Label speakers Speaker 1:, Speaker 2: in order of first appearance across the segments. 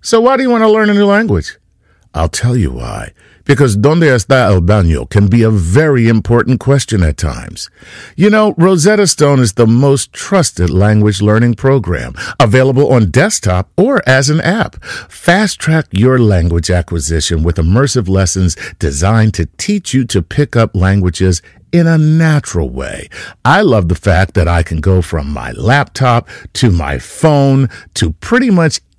Speaker 1: So why do you want to learn a new language? I'll tell you why. Because donde está el baño can be a very important question at times. You know, Rosetta Stone is the most trusted language learning program available on desktop or as an app. Fast track your language acquisition with immersive lessons designed to teach you to pick up languages in a natural way. I love the fact that I can go from my laptop to my phone to pretty much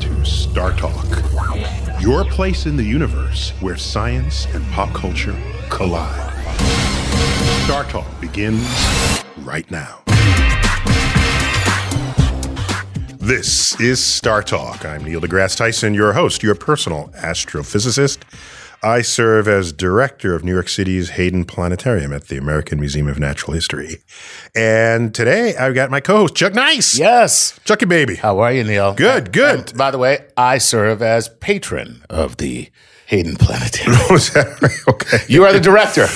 Speaker 2: to Star Talk, your place in the universe where science and pop culture collide. Star Talk begins right now. This is Star Talk. I'm Neil deGrasse Tyson, your host, your personal astrophysicist. I serve as director of New York City's Hayden Planetarium at the American Museum of Natural History. And today I've got my co host, Chuck Nice.
Speaker 1: Yes.
Speaker 2: Chucky Baby.
Speaker 1: How are you, Neil?
Speaker 2: Good, good.
Speaker 1: And by the way, I serve as patron of the Hayden Planetarium.
Speaker 2: Was that right? Okay.
Speaker 1: You are the director.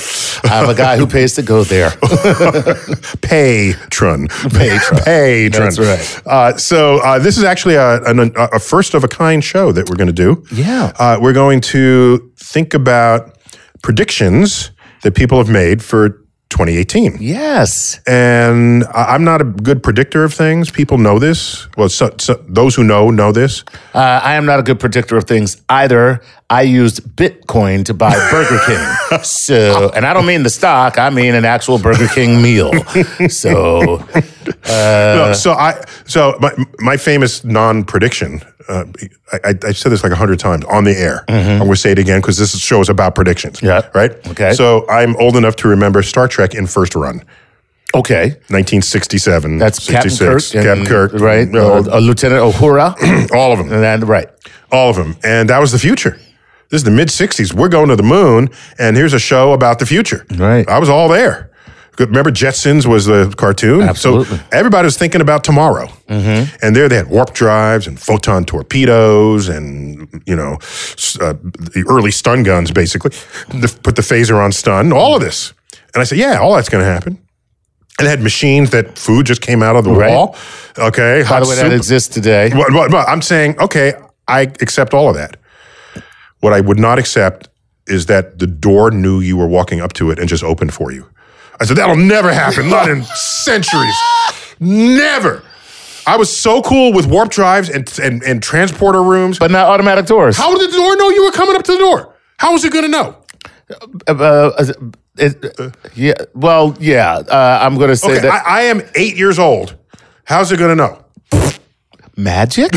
Speaker 1: I'm a guy who pays to go there.
Speaker 2: Patron. Patron. Patron.
Speaker 1: That's right.
Speaker 2: Uh, so uh, this is actually a, an, a first of a kind show that we're going to do.
Speaker 1: Yeah.
Speaker 2: Uh, we're going to think about predictions that people have made for 2018.
Speaker 1: yes.
Speaker 2: And I- I'm not a good predictor of things. People know this. Well, so, so, those who know know this.
Speaker 1: Uh, I am not a good predictor of things either. I used Bitcoin to buy Burger King. So, and I don't mean the stock, I mean an actual Burger King meal. So, Uh,
Speaker 2: No, so I so my my famous non prediction. Uh, I, I I've said this like a hundred times on the air. I'm going to say it again because this show is about predictions.
Speaker 1: Mm-hmm. Yeah.
Speaker 2: Right.
Speaker 1: Okay.
Speaker 2: So I'm old enough to remember Star Trek in first run,
Speaker 1: okay.
Speaker 2: 1967.
Speaker 1: That's Captain
Speaker 2: 66,
Speaker 1: Kirk. and-
Speaker 2: Captain Kirk.
Speaker 1: Right.
Speaker 2: uh,
Speaker 1: Uh, Lieutenant Uhura.
Speaker 2: all of them.
Speaker 1: and then, right.
Speaker 2: all of them. And that was the future. This is the mid 60s. We're going to the moon, and here's a show about the future.
Speaker 1: Right.
Speaker 2: I was all there. Remember, Jetsons was the cartoon?
Speaker 1: Absolutely. Mm-hmm.
Speaker 2: So everybody was thinking about tomorrow. And there they had warp drives and photon torpedoes and, you know, s- uh, the early stun guns, basically. The, put the phaser on stun, all of this. And I said, yeah, all that's going to happen. And it had machines that food just came out of the
Speaker 1: Right.
Speaker 2: wall. Okay.
Speaker 1: By the way, that exists today.
Speaker 2: Well, well, well, I'm saying, okay, I accept all of that. What I would not accept is that the door knew you were walking up to it and just opened for you. I said, that'll never happen, not in centuries. Never. I was so cool with warp drives and, and, and transporter rooms.
Speaker 1: But not automatic doors.
Speaker 2: How did the door know you were coming up to the door? How was it going to know?
Speaker 1: uh, it, yeah. Well, yeah. Uh, I'm going to say
Speaker 2: Okay,
Speaker 1: that
Speaker 2: I, I am eight years old. How's it going to know?
Speaker 1: magic.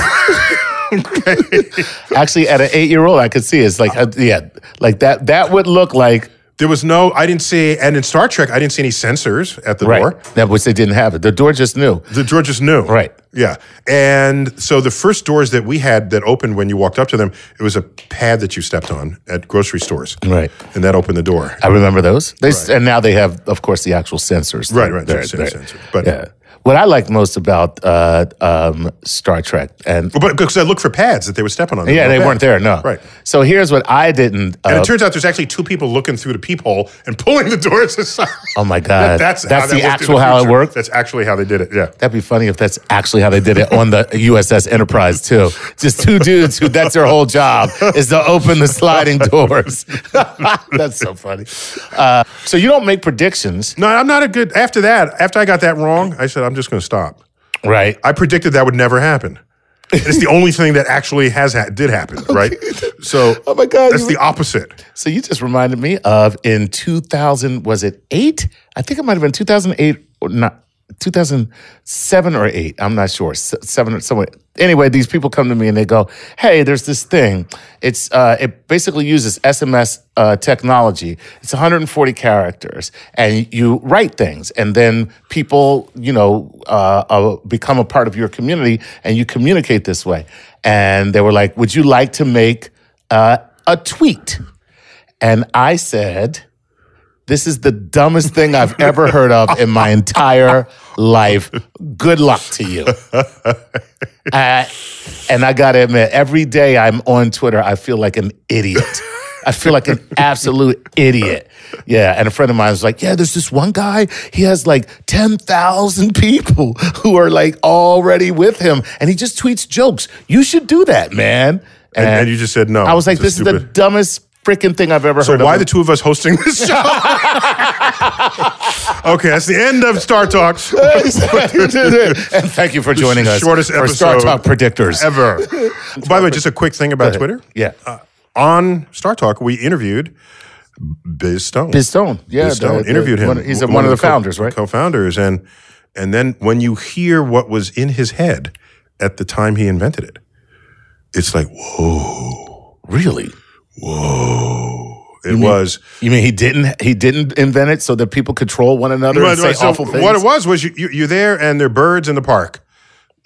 Speaker 1: Actually, at an eight-year-old, I could see it's like uh, yeah, like that. That would look like
Speaker 2: There was no, I didn't see, and in Star Trek, I didn't see any sensors at the door.
Speaker 1: right. That which they didn't have it. The door just knew.
Speaker 2: The door just knew.
Speaker 1: Right.
Speaker 2: Yeah. And so the first doors that we had that opened when you walked up to them, it was a pad that you stepped on at grocery stores.
Speaker 1: Right.
Speaker 2: And that opened the door.
Speaker 1: I remember those. They s and now they have, of course, the actual sensors.
Speaker 2: Right, right,
Speaker 1: There-
Speaker 2: sensor,
Speaker 1: there.
Speaker 2: sensor. But-
Speaker 1: yeah. What I liked most about uh, um, Star Trek and
Speaker 2: But because I looked for pads that they were stepping on.
Speaker 1: yeah,
Speaker 2: were
Speaker 1: they
Speaker 2: pads.
Speaker 1: weren't there. No.
Speaker 2: Right.
Speaker 1: So here's what I didn't. Uh,
Speaker 2: And it turns out there's actually two people looking through the peephole and pulling the doors aside.
Speaker 1: oh my God.
Speaker 2: that's
Speaker 1: that's
Speaker 2: how that
Speaker 1: the
Speaker 2: worked in
Speaker 1: actual how it
Speaker 2: future.
Speaker 1: worked.
Speaker 2: That's actually how they did it. Yeah.
Speaker 1: That'd be funny if that's actually how they did it on the USS Enterprise too. Just two dudes who that's their whole job is to open the sliding doors. that's so funny. Uh, so you don't make predictions,
Speaker 2: No, I'm not a good. After that, after I got that wrong, I said I'm just going to stop.
Speaker 1: right?
Speaker 2: I predicted that would never happen. And it's the only thing that actually has ha- did happen, right? So,
Speaker 1: Oh my God,
Speaker 2: that's
Speaker 1: you-
Speaker 2: the opposite.
Speaker 1: So you just reminded me of in 2000 was it 8? I think it might have been 2008 or not 2007 or 8 i'm not sure s- 7 or somewhere anyway these people come to me and they go hey there's this thing it's uh, it basically uses sms uh, technology it's 140 characters and you write things and then people you know uh, uh, become a part of your community and you communicate this way and they were like would you like to make uh, a tweet and i said this is the dumbest thing I've ever heard of in my entire life. Good luck to you. Uh, and I gotta admit, every day I'm on Twitter, I feel like an idiot. I feel like an absolute idiot. Yeah. And a friend of mine was like, Yeah, there's this one guy. He has like 10,000 people who are like already with him and he just tweets jokes. You should do that, man.
Speaker 2: And, and you just said no.
Speaker 1: I was like,
Speaker 2: Oh, This
Speaker 1: This
Speaker 2: is
Speaker 1: is the
Speaker 2: stupid."
Speaker 1: dumbest freaking thing I've ever
Speaker 2: So
Speaker 1: heard
Speaker 2: why
Speaker 1: of.
Speaker 2: the two of us hosting this show? okay, that's the end of Star Talks
Speaker 1: and thank you for joining us.
Speaker 2: shortest
Speaker 1: for Star
Speaker 2: episode
Speaker 1: Talk Predictors. Uh,
Speaker 2: ever. By the way, just a quick thing about Twitter.
Speaker 1: Yeah.
Speaker 2: On Star Talk, we interviewed Biz Stone.
Speaker 1: Biz Stone. Yeah.
Speaker 2: Biz Stone
Speaker 1: the- the-
Speaker 2: interviewed him.
Speaker 1: one- he's one, of the
Speaker 2: co-
Speaker 1: founders, right?
Speaker 2: Co-founders, and and then when you hear what was in his head at the time he invented it, it's like whoa,
Speaker 1: really?
Speaker 2: whoa. It
Speaker 1: Mm-hmm.
Speaker 2: was
Speaker 1: You mean he didn't he didn't invent it so that people control one another
Speaker 2: Right,
Speaker 1: and say
Speaker 2: right. So
Speaker 1: awful things?
Speaker 2: What it was was you, you, you're there and there are birds in the park,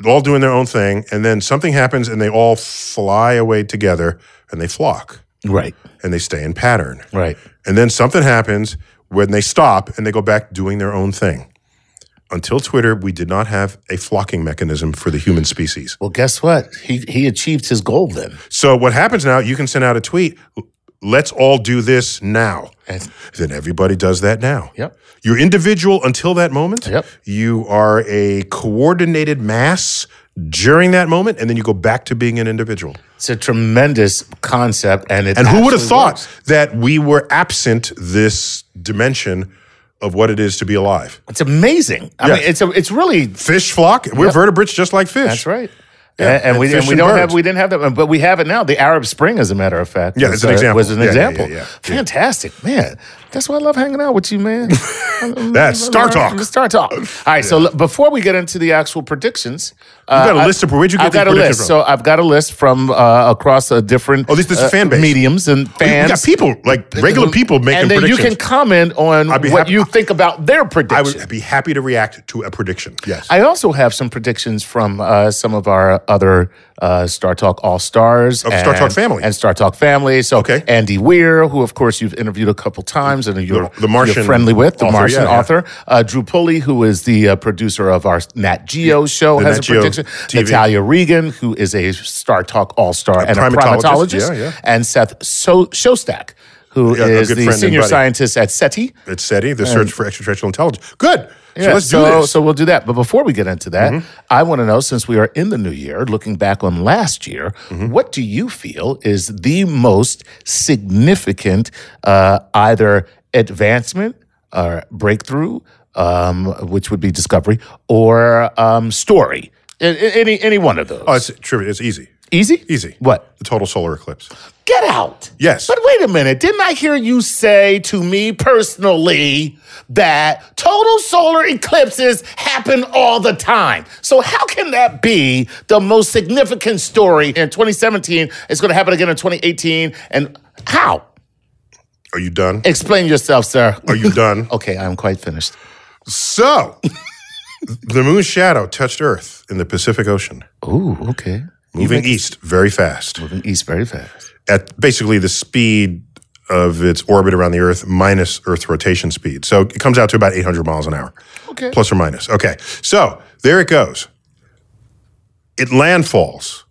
Speaker 2: all doing their own thing, and then something happens and they all fly away together and they flock
Speaker 1: right.
Speaker 2: and they stay in pattern.
Speaker 1: Right.
Speaker 2: And then something happens when they stop and they go back doing their own thing. Until Twitter, we did not have a flocking mechanism for the human species.
Speaker 1: Well, guess what? He he achieved his goal then.
Speaker 2: So what happens now? You can send out a tweet. Let's all do this now.
Speaker 1: And-
Speaker 2: Then everybody does that now.
Speaker 1: Yep.
Speaker 2: You're individual until that moment.
Speaker 1: Yep.
Speaker 2: You are a coordinated mass during that moment, and then you go back to being an individual.
Speaker 1: It's a tremendous concept, and it
Speaker 2: And who would have
Speaker 1: actually
Speaker 2: thought
Speaker 1: works.
Speaker 2: that we were absent this dimension of what it is to be alive?
Speaker 1: It's amazing. I
Speaker 2: Yeah.
Speaker 1: mean, it's a, it's really
Speaker 2: Fish flock. We're vertebrates just like fish.
Speaker 1: That's right.
Speaker 2: Yeah,
Speaker 1: and, and
Speaker 2: and
Speaker 1: we
Speaker 2: fish
Speaker 1: and we
Speaker 2: and
Speaker 1: don't
Speaker 2: birds.
Speaker 1: have we didn't have that, but we have it now. The Arab Spring, as a matter of fact,
Speaker 2: Yeah,
Speaker 1: was,
Speaker 2: it's an
Speaker 1: uh,
Speaker 2: example.
Speaker 1: was an
Speaker 2: Yeah, yeah, yeah,
Speaker 1: example.
Speaker 2: yeah, yeah.
Speaker 1: Fantastic, man. That's why I love hanging out with you, man.
Speaker 2: That's Star Talk.
Speaker 1: Star Talk. All right, so l- before we get into the actual predictions, uh,
Speaker 2: got a
Speaker 1: I-
Speaker 2: list of- where'd you get
Speaker 1: I've
Speaker 2: these
Speaker 1: got a
Speaker 2: predictions
Speaker 1: list.
Speaker 2: from?
Speaker 1: So I've got a list from uh, across a different
Speaker 2: Oh, this- this is
Speaker 1: uh,
Speaker 2: fan base.
Speaker 1: mediums and
Speaker 2: You
Speaker 1: fans.
Speaker 2: got people like regular people making
Speaker 1: and then
Speaker 2: predictions.
Speaker 1: you can comment on
Speaker 2: I'd be
Speaker 1: what
Speaker 2: happy-
Speaker 1: you think about their prediction.
Speaker 2: I would be happy to react to a prediction. Yes.
Speaker 1: I also have some predictions from uh, some of our other uh, Star Talk All Stars,
Speaker 2: Of Star Talk family.
Speaker 1: and Star Talk family. So
Speaker 2: Okay.
Speaker 1: Andy Weir, who of course you've interviewed a couple times and you're,
Speaker 2: The- the Martian
Speaker 1: you're friendly with, the
Speaker 2: author,
Speaker 1: Martian
Speaker 2: yeah, yeah.
Speaker 1: author, Uh, Drew Pulley, who is the uh, producer of our Nat Geo show, has
Speaker 2: Nat
Speaker 1: a
Speaker 2: Geo
Speaker 1: prediction.
Speaker 2: TV.
Speaker 1: Natalia Regan, who is a Star Talk All Star and a
Speaker 2: primatologist,
Speaker 1: primatologist,
Speaker 2: yeah, yeah.
Speaker 1: and Seth so- Shostak, who is
Speaker 2: Yeah, a good
Speaker 1: the
Speaker 2: friend and
Speaker 1: senior
Speaker 2: buddy.
Speaker 1: scientist at SETI.
Speaker 2: It's SETI, the search for extraterrestrial intelligence. Good.
Speaker 1: Yeah,
Speaker 2: so let's
Speaker 1: so,
Speaker 2: do this. Mm-hmm.
Speaker 1: so we'll do that. But before we get into that, I want to know since we are in the new year, looking back on last year,
Speaker 2: Mm-hmm.
Speaker 1: what do you feel is the most significant uh, either advancement or breakthrough, um, which would be discovery, or um, story? A- a- Any any one of those.
Speaker 2: oh, it's trivia. It's easy.
Speaker 1: easy?
Speaker 2: Easy.
Speaker 1: What?
Speaker 2: The total solar eclipse.
Speaker 1: Get out.
Speaker 2: Yes.
Speaker 1: But wait a minute. Didn't I hear you say to me personally that total solar eclipses happen all the time? So how can that be the most significant story in 2017? It's going to happen again in 2018. And how?
Speaker 2: Are you done?
Speaker 1: Explain yourself, sir.
Speaker 2: Are you done?
Speaker 1: Okay, I'm quite finished.
Speaker 2: So, the moon's shadow touched Earth in the Pacific Ocean,
Speaker 1: Ooh, okay.
Speaker 2: moving east very fast
Speaker 1: Moving east very fast.
Speaker 2: at basically the speed of its orbit around the Earth minus Earth's rotation speed. So, it comes out to about 800 miles an hour,
Speaker 1: Okay.
Speaker 2: plus or minus. Okay. So, there it goes. It landfalls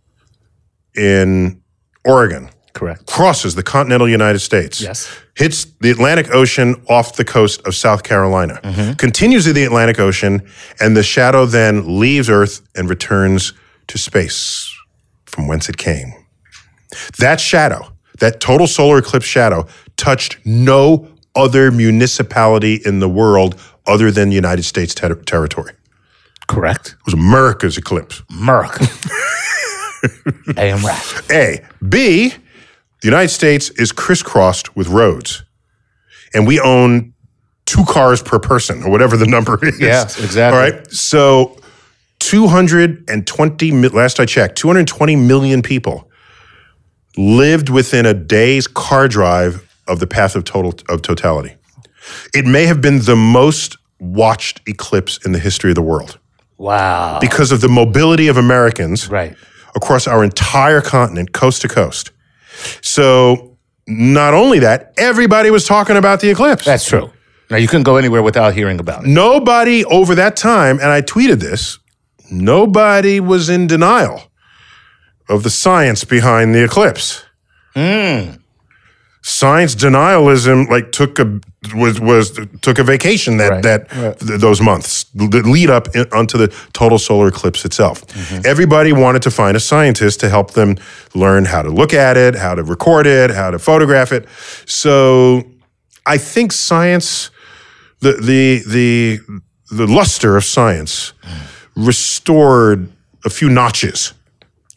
Speaker 2: in Oregon.
Speaker 1: Correct.
Speaker 2: crosses the continental United States.
Speaker 1: Yes.
Speaker 2: Hits the Atlantic Ocean off the coast of South Carolina, continues to the Atlantic Ocean, and the shadow then leaves Earth and returns to space from whence it came. That shadow, that total solar eclipse shadow, touched no other municipality in the world other than United States ter- territory.
Speaker 1: Correct.
Speaker 2: It was America's eclipse.
Speaker 1: America. I am right.
Speaker 2: A. B, the United States is crisscrossed with roads. And we own two cars per person or whatever the number is.
Speaker 1: Yes, exactly.
Speaker 2: All right. So 220, mi- last I checked, 220 million people lived within a day's car drive of the path of total of totality. It may have been the most watched eclipse in the history of the world
Speaker 1: Wow.
Speaker 2: because of the mobility of Americans
Speaker 1: right.
Speaker 2: across our entire continent, coast to coast. So, not only that, everybody was talking about the eclipse.
Speaker 1: That's true. Now you couldn't go anywhere without hearing about it.
Speaker 2: Nobody over that time, and I tweeted this, nobody was in denial of the science behind the eclipse.
Speaker 1: Hmm.
Speaker 2: Science denialism like took a was was took a vacation that
Speaker 1: Right.
Speaker 2: that th- those months that lead up in, onto the total solar eclipse itself.
Speaker 1: Mm-hmm.
Speaker 2: Everybody wanted to find a scientist to help them learn how to look at it, how to record it, how to photograph it. So I think science the the the the luster of science restored a few notches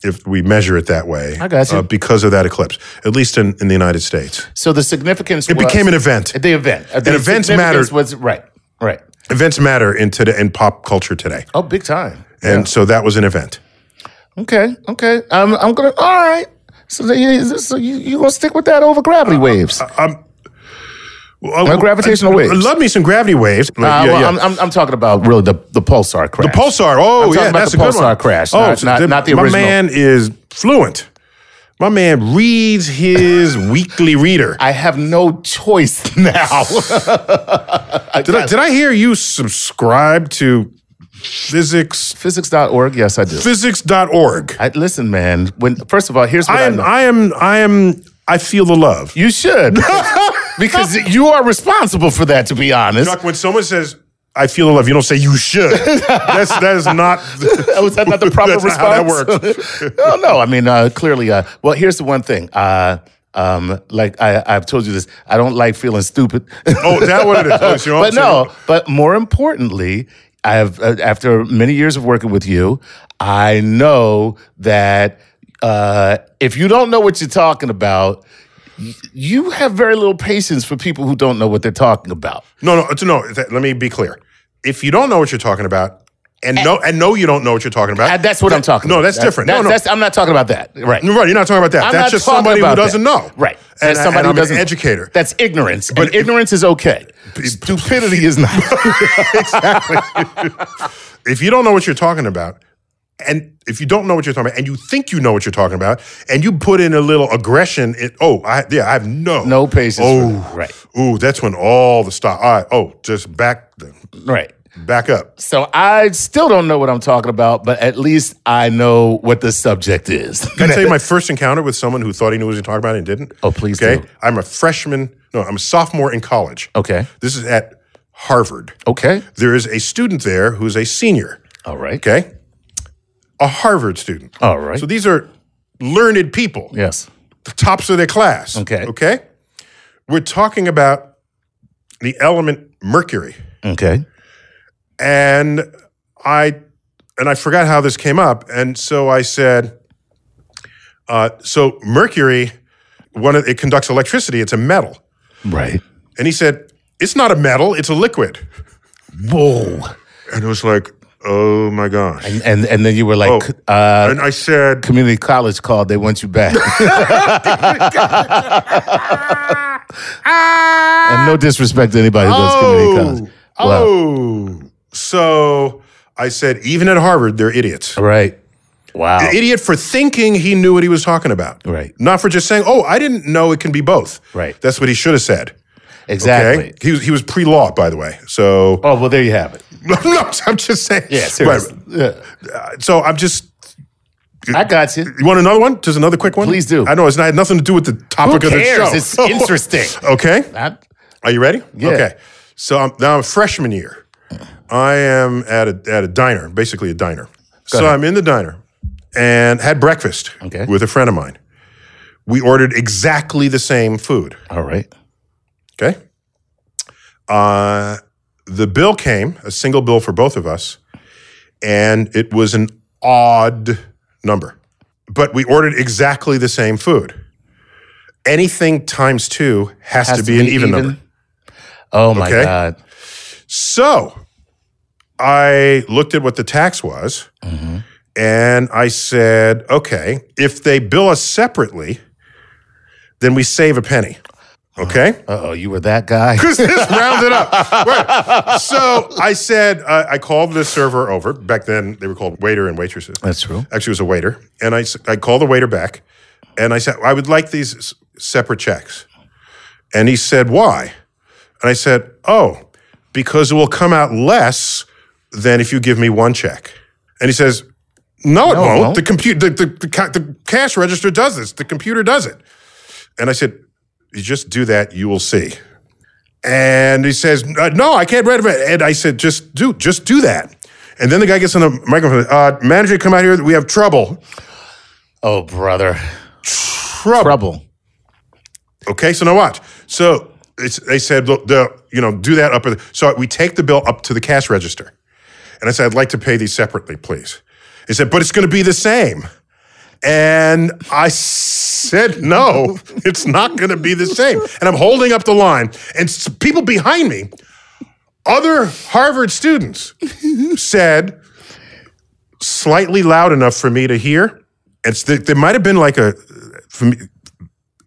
Speaker 2: if we measure it that way uh,
Speaker 1: I got you.
Speaker 2: because of that eclipse at least in, in the united states
Speaker 1: So the significance
Speaker 2: it became an event
Speaker 1: the event. The significance
Speaker 2: events mattered.
Speaker 1: Was right. Right.
Speaker 2: events matter in today in pop culture today
Speaker 1: Oh, big time.
Speaker 2: and so that was an event
Speaker 1: Okay. Okay. I'm. I'm gonna. All right. So, the, you- so you you gonna stick with that over
Speaker 2: Uh,
Speaker 1: gravity waves?
Speaker 2: well,
Speaker 1: Now, gravitational waves.
Speaker 2: Oh, love me some gravity waves Like,
Speaker 1: Uh,
Speaker 2: uh, yeah,
Speaker 1: well,
Speaker 2: yeah.
Speaker 1: I'm, I'm, I'm talking about really the, the pulsar crash. The
Speaker 2: Pulsar. Oh,
Speaker 1: I'm talking
Speaker 2: yeah,
Speaker 1: about
Speaker 2: that's
Speaker 1: the
Speaker 2: a good
Speaker 1: Pulsar
Speaker 2: one.
Speaker 1: crash,
Speaker 2: Oh,
Speaker 1: not-
Speaker 2: so
Speaker 1: not- not the
Speaker 2: My
Speaker 1: original.
Speaker 2: man is fluent. My man reads his weekly reader.
Speaker 1: I have no choice now.
Speaker 2: Did I, did I hear you subscribe to physics
Speaker 1: Physics.org. Yes, I do.
Speaker 2: physics.org?
Speaker 1: I, listen, man. When first of all, here's what
Speaker 2: I
Speaker 1: I,
Speaker 2: am
Speaker 1: know.
Speaker 2: I am I am I feel the love.
Speaker 1: you should because you are responsible for that. To be honest,
Speaker 2: Chuck, when someone says I feel the love, you don't say you should. That's that is not
Speaker 1: was that not the proper
Speaker 2: That's not
Speaker 1: response?
Speaker 2: how that
Speaker 1: no, no. I mean, uh, clearly. Uh, well, here's the one thing. Uh, um, like I, I've told you this, I don't like feeling stupid.
Speaker 2: Oh, is that what it is? Oh, so you
Speaker 1: but
Speaker 2: don't- so
Speaker 1: no. But more importantly, I have uh, after many years of working with you, I know that uh, if you don't know what you're talking about. y- You have very little patience for people who don't know what they're talking about.
Speaker 2: you- no, no, it's- no. that- let me be clear. If you don't know what you're talking about, and no, and no, you don't know what you're talking about.
Speaker 1: And that's what I'm talking
Speaker 2: no,
Speaker 1: about.
Speaker 2: that's
Speaker 1: That-
Speaker 2: different.
Speaker 1: That's,
Speaker 2: no, no,
Speaker 1: that's- I'm not talking about that. Right.
Speaker 2: You're right. You're not talking about that.
Speaker 1: I'm
Speaker 2: that's
Speaker 1: not
Speaker 2: just
Speaker 1: talking
Speaker 2: somebody who
Speaker 1: about
Speaker 2: doesn't
Speaker 1: that.
Speaker 2: know.
Speaker 1: Right.
Speaker 2: And,
Speaker 1: That's somebody
Speaker 2: and I'm
Speaker 1: who doesn't
Speaker 2: an educator.
Speaker 1: That's ignorance.
Speaker 2: But
Speaker 1: and ignorance is okay. Stupidity is not.
Speaker 2: if you don't know what you're talking about, and if you don't know what you're talking about, and you think you know what you're talking about, and you put in a little aggression, it, oh, I, yeah, I have no
Speaker 1: No patience.
Speaker 2: Oh,
Speaker 1: for that. right.
Speaker 2: Ooh, that's when all the stop. All right, oh, just back, the-
Speaker 1: Right.
Speaker 2: back up.
Speaker 1: So I still don't know what I'm talking about, but at least I know what the subject is.
Speaker 2: Can I tell you my first encounter with someone who thought he knew what he was talking about and didn't?
Speaker 1: Oh, please
Speaker 2: Okay,
Speaker 1: do. Oh.
Speaker 2: I'm a freshman. No, I'm a sophomore in college.
Speaker 1: okay.
Speaker 2: This is at Harvard.
Speaker 1: Okay.
Speaker 2: There is a student there who's a senior.
Speaker 1: All right.
Speaker 2: Okay, a Harvard student.
Speaker 1: All right.
Speaker 2: So these are learned people,
Speaker 1: yes.
Speaker 2: the tops of their class.
Speaker 1: Okay.
Speaker 2: Okay. We're talking about the element mercury.
Speaker 1: Okay.
Speaker 2: And I and I forgot how this came up. And so I said, uh, so mercury, one of, it conducts electricity, it's a metal.
Speaker 1: Right.
Speaker 2: And he said, It's not a metal, it's a liquid.
Speaker 1: Whoa.
Speaker 2: And it was like, oh my gosh.
Speaker 1: And and, and then you were like,
Speaker 2: Oh.
Speaker 1: uh,
Speaker 2: And I said,
Speaker 1: community college called. They want you back. and no disrespect to anybody who goes to community college. Wow.
Speaker 2: oh. So I said, even at Harvard, they're idiots.
Speaker 1: Right. Wow.
Speaker 2: An idiot for thinking he knew what he was talking about.
Speaker 1: Right.
Speaker 2: Not for just saying, oh, I didn't know it can be both.
Speaker 1: Right.
Speaker 2: That's what he should have said.
Speaker 1: exactly.
Speaker 2: Okay. He was, he was pre law, by the way. So
Speaker 1: Oh well, there you have it.
Speaker 2: no, I'm just saying.
Speaker 1: Yeah, seriously. Yeah.
Speaker 2: But, so I'm just.
Speaker 1: I got you.
Speaker 2: You want another one? Just another quick one?
Speaker 1: Please do.
Speaker 2: I know it's not, nothing to do with the topic
Speaker 1: Who
Speaker 2: of the
Speaker 1: cares?
Speaker 2: show.
Speaker 1: It's interesting.
Speaker 2: okay.
Speaker 1: I,
Speaker 2: Are you ready?
Speaker 1: Yeah.
Speaker 2: Okay. So I'm, now I'm freshman year. I am at a at a diner, basically a diner. so
Speaker 1: ahead.
Speaker 2: I'm in the diner and had breakfast
Speaker 1: Okay.
Speaker 2: with a friend of mine. We ordered exactly the same food.
Speaker 1: all right.
Speaker 2: Okay. Uh, the bill came, a single bill for both of us, and it was an odd number. But we ordered exactly the same food. Anything times two has, to, be, an even, number.
Speaker 1: Oh my
Speaker 2: Okay.
Speaker 1: God.
Speaker 2: So I looked at what the tax was and I said, okay, if they bill us separately, then we save a penny. Okay?
Speaker 1: Uh oh, you were that guy?
Speaker 2: Because this rounded up. Right. So I said, uh, I called the server over. Back then, they were called waiter and waitresses.
Speaker 1: That's true.
Speaker 2: Actually, it was a waiter. And I, s- I called the waiter back and I said, I would like these s- separate checks. And he said, Why? And I said, Oh, because it will come out less than if you give me one check. And he says, No, it won't.
Speaker 1: won't.
Speaker 2: The, compu- the, the, the, ca- the cash register does this, the computer does it. And I said, You just do that, you will see. And he says, uh, "No, I can't read it." And I said, "Just do, just do that." And then the guy gets on the microphone. Uh, Manager, come out here. We have trouble.
Speaker 1: Oh, brother.
Speaker 2: Trouble.
Speaker 1: Trouble.
Speaker 2: Okay, so now watch. So it's, they said, "Look, the you know, do that up." at the-" So we take the bill up to the cash register, and I said, "I'd like to pay these separately, please." He said, "But it's going to be the same." And I said, no, it's not going to be the same. And I'm holding up the line. And s- people behind me, other Harvard students, said slightly loud enough for me to hear. It's th- there might have been like a, for me,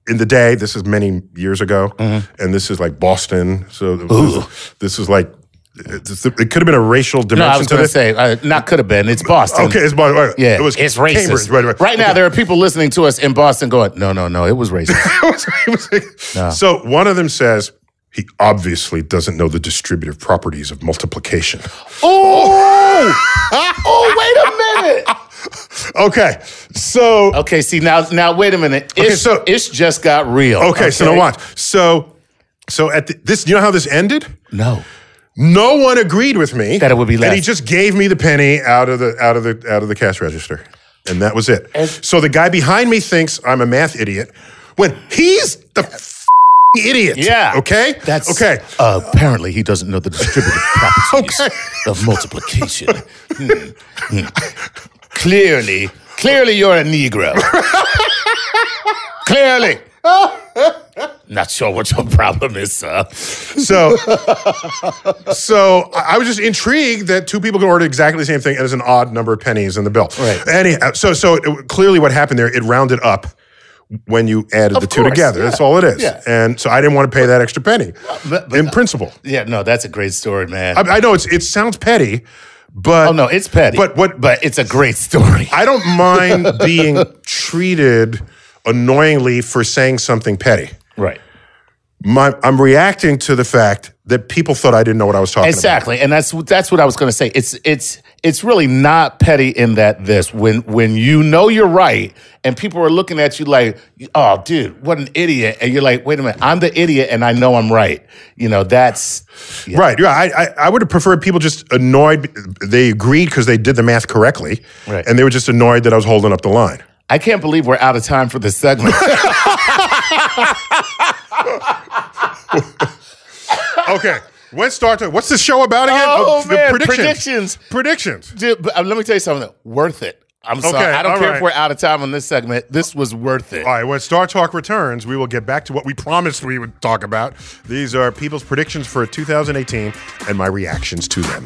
Speaker 2: in the day, this is many years ago,
Speaker 1: Mm-hmm.
Speaker 2: and this is like Boston. So th- this is like, it's- it could have been a racial dimension
Speaker 1: No, I was
Speaker 2: to
Speaker 1: going to
Speaker 2: this.
Speaker 1: say, uh, not could have been. It's Boston.
Speaker 2: Okay, it's Boston.
Speaker 1: Yeah,
Speaker 2: it was
Speaker 1: it's racist.
Speaker 2: Cambridge, right, right.
Speaker 1: now, there are people listening to us in Boston going, no, no, no, it was racist.
Speaker 2: It was- it was like- So one of them says he obviously doesn't know the distributive properties of multiplication.
Speaker 1: oh, oh, wait a minute.
Speaker 2: Okay, so
Speaker 1: Okay, see now, now wait a minute. Ish,
Speaker 2: so-
Speaker 1: Ish just got real.
Speaker 2: okay, so now watch. So so at the, this, you know how this ended?
Speaker 1: No,
Speaker 2: No one agreed with me
Speaker 1: That it would be
Speaker 2: and he
Speaker 1: less.
Speaker 2: just gave me the penny out of the out of the out of the cash register, and that was it. so the guy behind me thinks I'm a math idiot when he's the. f- Idiot.
Speaker 1: Yeah.
Speaker 2: Okay.
Speaker 1: that's
Speaker 2: okay.
Speaker 1: Uh, apparently, he doesn't know the distributive properties of multiplication. Hmm, hmm. Clearly, clearly, you're a Negro. clearly. Not sure what your problem is, sir.
Speaker 2: So, so I I was just intrigued that two people could order exactly the same thing, and it's an odd number of pennies in the bill.
Speaker 1: Right.
Speaker 2: Anyhow, so so it, clearly, what happened there? It rounded up when you added the two
Speaker 1: course,
Speaker 2: together.
Speaker 1: yeah.
Speaker 2: That's all it is.
Speaker 1: Yeah.
Speaker 2: And so I didn't want to pay that extra penny.
Speaker 1: but- but-
Speaker 2: in principle,
Speaker 1: Yeah, no, that's a great story, man.
Speaker 2: I, I know it's it sounds petty, but
Speaker 1: oh no, it's petty.
Speaker 2: But what-
Speaker 1: But it's a great story.
Speaker 2: I don't mind being treated annoyingly for saying something petty.
Speaker 1: right.
Speaker 2: My, I'm reacting to the fact that people thought I didn't know what I was talking about.
Speaker 1: Exactly, and that's that's what I was going to say. It's it's it's really not petty in that this when when you know you're right and people are looking at you like, oh, dude, what an idiot, and you're like, wait a minute, I'm the idiot, and I know I'm right. You know, that's
Speaker 2: Right. Yeah. I, I, I would have preferred people just annoyed. They agreed because they did the math correctly.
Speaker 1: Right.
Speaker 2: And they were just annoyed that I was holding up the line.
Speaker 1: I can't believe we're out of time for this segment.
Speaker 2: Okay. Let's start to, what's the show about again?
Speaker 1: Oh,
Speaker 2: the
Speaker 1: man,
Speaker 2: predictions.
Speaker 1: predictions.
Speaker 2: Predictions.
Speaker 1: Dude, but, uh, let me tell you something. Worth it. I'm sorry.
Speaker 2: Okay,
Speaker 1: I don't
Speaker 2: all
Speaker 1: care
Speaker 2: right.
Speaker 1: if we're out of time on this segment. This was worth it.
Speaker 2: All right. When Star Talk returns, we will get back to what we promised we would talk about. These are people's predictions for 2018 and my reactions to them.